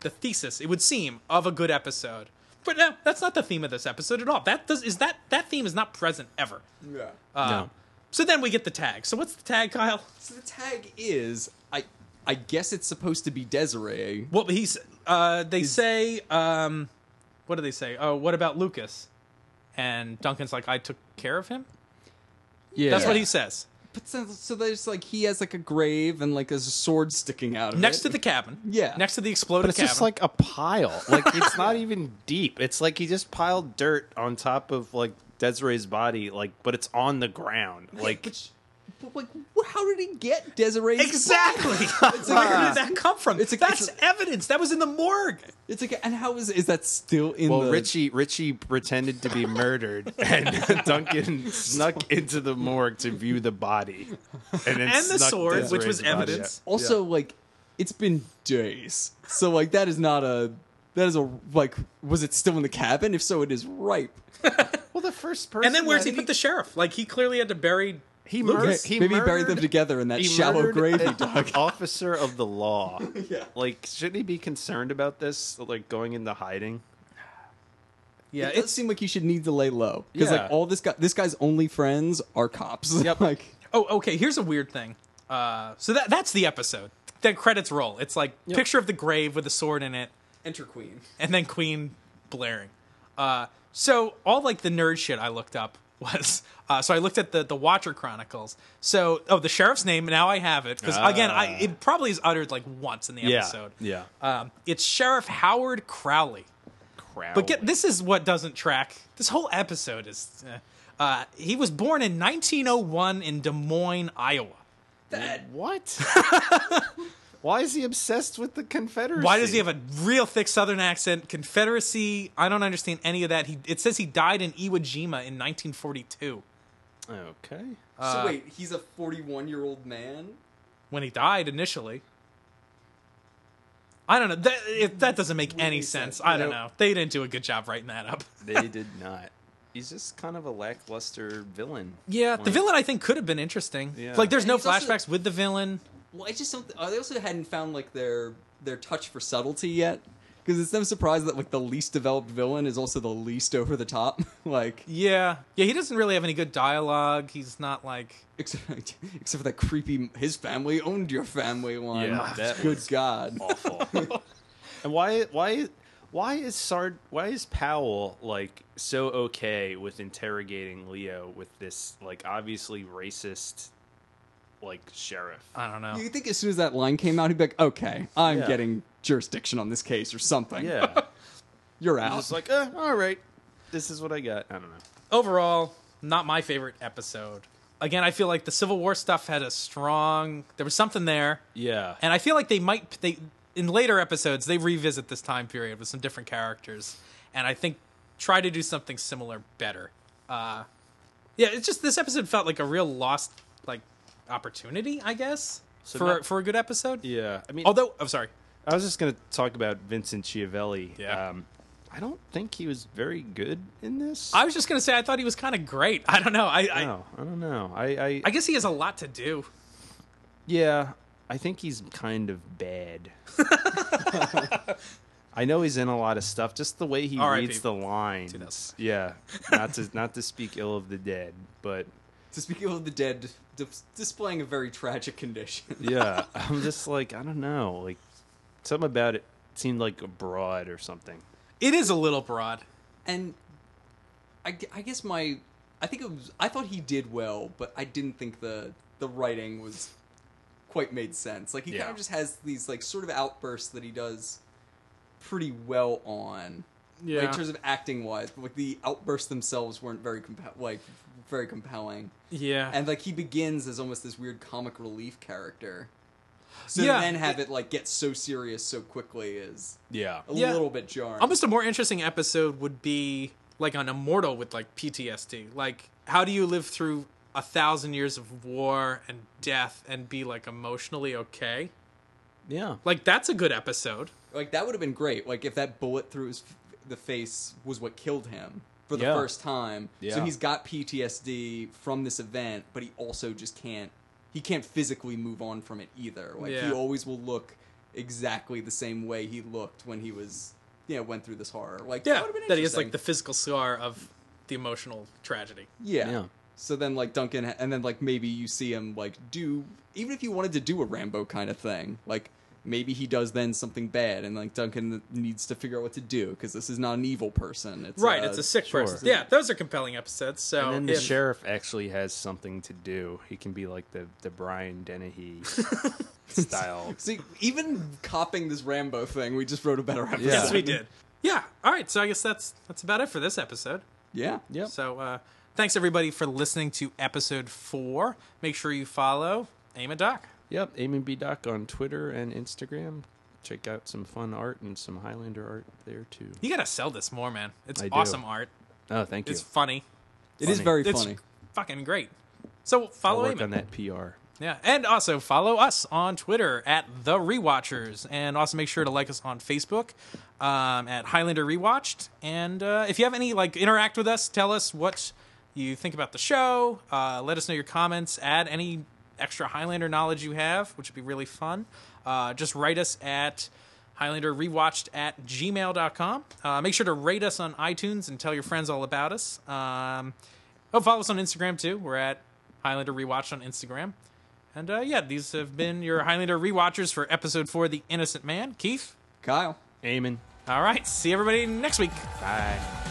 Speaker 4: the thesis it would seem of a good episode but no that's not the theme of this episode at all that does is that that theme is not present ever
Speaker 2: yeah.
Speaker 4: Uh,
Speaker 3: No.
Speaker 4: so then we get the tag so what's the tag kyle
Speaker 2: So the tag is, I, I guess it's supposed to be Desiree.
Speaker 4: well he's uh they say um what do they say oh what about lucas and duncan's like i took care of him
Speaker 2: Yeah,
Speaker 4: that's what he says
Speaker 2: But so, so there's like he has like a grave and like there's a sword sticking out of
Speaker 4: next
Speaker 2: it.
Speaker 4: to the cabin.
Speaker 2: Yeah.
Speaker 4: Next to the exploded
Speaker 3: But it's
Speaker 4: cabin.
Speaker 3: just like a pile. Like it's not even deep. It's like he just piled dirt on top of like Desiree's body. Like, but it's on the ground. Like,
Speaker 2: Which, but like, wh- how did he get Desiree's?
Speaker 4: exactly. Where did that come from?
Speaker 2: It's a-
Speaker 4: That's
Speaker 2: it's
Speaker 4: evidence. That was in the morgue.
Speaker 2: It's like, and how is is that still in
Speaker 3: well,
Speaker 2: the?
Speaker 3: Richie Richie pretended to be murdered, and Duncan snuck into the morgue to view the body, and, then
Speaker 4: And the
Speaker 3: snuck
Speaker 4: sword, which
Speaker 3: Desiree's
Speaker 4: was
Speaker 3: body out.
Speaker 4: evidence.
Speaker 2: also, like, it's been days, so like that is not a that is a like was it still in the cabin? If so, it is ripe.
Speaker 3: Well, the first person,
Speaker 4: And then where's he
Speaker 3: that
Speaker 4: put the sheriff? Like he clearly had to bury
Speaker 3: He
Speaker 4: Lucas.
Speaker 3: murdered- he
Speaker 2: Maybe he buried them
Speaker 3: murdered-
Speaker 2: together in that shallow
Speaker 3: murdered
Speaker 2: grave he
Speaker 3: an
Speaker 2: dug.
Speaker 3: Officer of the law. Like, shouldn't he be concerned about this? Like going into hiding.
Speaker 4: Yeah,
Speaker 2: It does
Speaker 4: it's
Speaker 2: seem like you should need to lay low because
Speaker 3: Yeah.
Speaker 2: like all this guy, this guy's only friends are cops.
Speaker 3: Yep.
Speaker 2: like
Speaker 4: Oh, okay, here's a weird thing. Uh so that that's the episode. The credits roll. It's like picture of the grave with a sword in it.
Speaker 2: enter queen.
Speaker 4: and then Queen blaring. Uh, so all like the nerd shit I looked up was uh, so I looked at the the Watcher Chronicles. So oh, the sheriff's name now I have it because again I it probably is uttered like once in the episode.
Speaker 3: Yeah.
Speaker 4: Um, it's Sheriff Howard Crowley.
Speaker 3: Oh.
Speaker 4: But get this is what doesn't track. This whole episode is. Uh, uh, he was born in 1901 in Des Moines, Iowa.
Speaker 3: What? Why is he obsessed with the Confederacy?
Speaker 4: Why does he have a real thick Southern accent? Confederacy. I don't understand any of that. He it says he died in Iwo Jima in 1942.
Speaker 3: Okay. Uh,
Speaker 2: so wait, he's a forty-one year old man.
Speaker 4: when he died initially. I don't know. That it, that doesn't make any sense. I don't know. They didn't do a good job writing that up.
Speaker 3: They did not. He's just kind of a lackluster villain.
Speaker 4: Yeah, the villain I think could have been interesting.
Speaker 3: Yeah.
Speaker 4: Like, there's
Speaker 2: And
Speaker 4: no
Speaker 2: he's also-
Speaker 4: flashbacks with the villain.
Speaker 2: Well, I just don't. Uh, they also hadn't found like their their touch for subtlety yet, because it's no surprise that like the least developed villain is also the least over the top. like,
Speaker 4: Yeah. Yeah, he doesn't really have any good dialogue. He's not like
Speaker 2: except except for that creepy his family owned your family one.
Speaker 3: Yeah, that
Speaker 2: good god.
Speaker 3: awful. and why why why is Sard why is Powell like so okay with interrogating Leo with this like obviously racist like sheriff?
Speaker 4: I don't know.
Speaker 2: You think as soon as that line came out, he'd be like, "Okay, I'm
Speaker 3: Yeah.
Speaker 2: getting jurisdiction on this case or something."
Speaker 3: yeah.
Speaker 2: you're
Speaker 3: I
Speaker 2: out.
Speaker 3: was like, eh, all right. This is what I got. I don't know.
Speaker 4: Overall, not my favorite episode. Again, I feel like the Civil War stuff had a strong there was something there.
Speaker 3: Yeah.
Speaker 4: And I feel like they might they in later episodes they revisit this time period with some different characters, and I think try to do something similar better. Uh, yeah, it's just this episode felt like a real lost like opportunity, I guess, for
Speaker 3: not-
Speaker 4: for a good episode.
Speaker 3: yeah. I mean
Speaker 4: Although, I'm sorry.
Speaker 3: I was just going to talk about Vincent Chiavelli.
Speaker 4: Yeah.
Speaker 3: Um, I don't think he was very good in this.
Speaker 4: I was just gonna say I thought he was kind of great. I don't know. I, I
Speaker 3: no, I don't know. I, I,
Speaker 4: I guess he has a lot to do.
Speaker 3: yeah, I think he's kind of bad. I know he's in a lot of stuff. Just the way he
Speaker 4: R.I.P..
Speaker 3: reads the lines.
Speaker 4: 2000.
Speaker 3: Yeah, not to not to speak ill of the dead, but
Speaker 2: to speak of the dead, dis- displaying a very tragic condition.
Speaker 3: yeah, I'm just like I don't know. Like something about it seemed like abroad or something.
Speaker 4: It is a little broad.
Speaker 2: and I, gu- I guess my I think it was I thought he did well, but I didn't think the the writing was quite made sense. Like he kind
Speaker 3: Yeah.
Speaker 2: of just has these like sort of outbursts that he does pretty well on. Like,
Speaker 4: Yeah.
Speaker 2: in terms of acting wise, but like the outbursts themselves weren't very compa- like very compelling.
Speaker 4: Yeah.
Speaker 2: And like he begins as almost this weird comic relief character. So
Speaker 4: Yeah.
Speaker 2: then have it like get so serious so quickly is
Speaker 3: Yeah,
Speaker 2: a
Speaker 4: Yeah.
Speaker 2: little bit jarring.
Speaker 4: almost a more interesting episode would be like on immortal with like ptsd like how do you live through a thousand years of war and death and be like emotionally okay
Speaker 3: yeah.
Speaker 4: like that's a good episode
Speaker 2: like that would have been great like if that bullet through his f- the face was what killed him for the
Speaker 3: Yeah.
Speaker 2: first time so
Speaker 3: Yeah.
Speaker 2: he's got ptsd from this event but he also just can't he can't physically move on from it either like
Speaker 4: Yeah.
Speaker 2: he always will look exactly the same way he looked when he was you know went through this horror like that,
Speaker 4: yeah
Speaker 2: would have been
Speaker 4: that he has like the
Speaker 2: interesting. Uh,
Speaker 4: physical scar of the emotional tragedy
Speaker 2: yeah.
Speaker 3: Yeah.
Speaker 2: so then like duncan and then like maybe you see him like do even if you wanted to do a rambo kind of thing like maybe he does then something bad and like duncan needs to figure out what to do because this is not an evil person it's
Speaker 4: right
Speaker 2: uh,
Speaker 4: it's a sick
Speaker 3: sure.
Speaker 4: person yeah those are compelling episodes so
Speaker 3: And then the
Speaker 4: uh, if-
Speaker 3: sheriff actually has something to do. He can be like the the Brian Dennehy style.
Speaker 2: see even copying this rambo thing we just wrote a better episode
Speaker 4: yes we did yeah all right so i guess that's that's about it for this episode
Speaker 2: yeah
Speaker 3: Yep.
Speaker 4: So uh, thanks everybody for listening to episode four. Make sure you follow Aim a Doc.
Speaker 3: Yep, Aim B Doc on Twitter and Instagram. Check out some fun art and some Highlander art there too.
Speaker 4: You gotta sell this more, man. It's
Speaker 3: I do.
Speaker 4: awesome art.
Speaker 3: Oh, thank you.
Speaker 4: It's funny.
Speaker 2: it is
Speaker 3: Funny.
Speaker 2: very
Speaker 4: It's
Speaker 2: funny
Speaker 4: fucking great. So
Speaker 3: I'll
Speaker 4: follow
Speaker 3: work
Speaker 4: Aim.
Speaker 3: on that PR.
Speaker 4: Yeah, and also follow us on Twitter at the Rewatchers, and also make sure to like us on Facebook um, at Highlander Rewatched. And uh, if you have any like, interact with us. Tell us what you think about the show. Uh, let us know your comments. Add any extra Highlander knowledge you have, which would be really fun. Uh, just write us at Highlander Rewatched at gmail.com. Uh, make sure to rate us on iTunes and tell your friends all about us. Um, oh, follow us on Instagram too. We're at Highlander Rewatched on Instagram. And uh, yeah, these have been your Highlander rewatchers for episode four, The Innocent Man. Keith.
Speaker 2: kyle
Speaker 3: Aiming.
Speaker 4: All right, see everybody next week.
Speaker 3: Bye.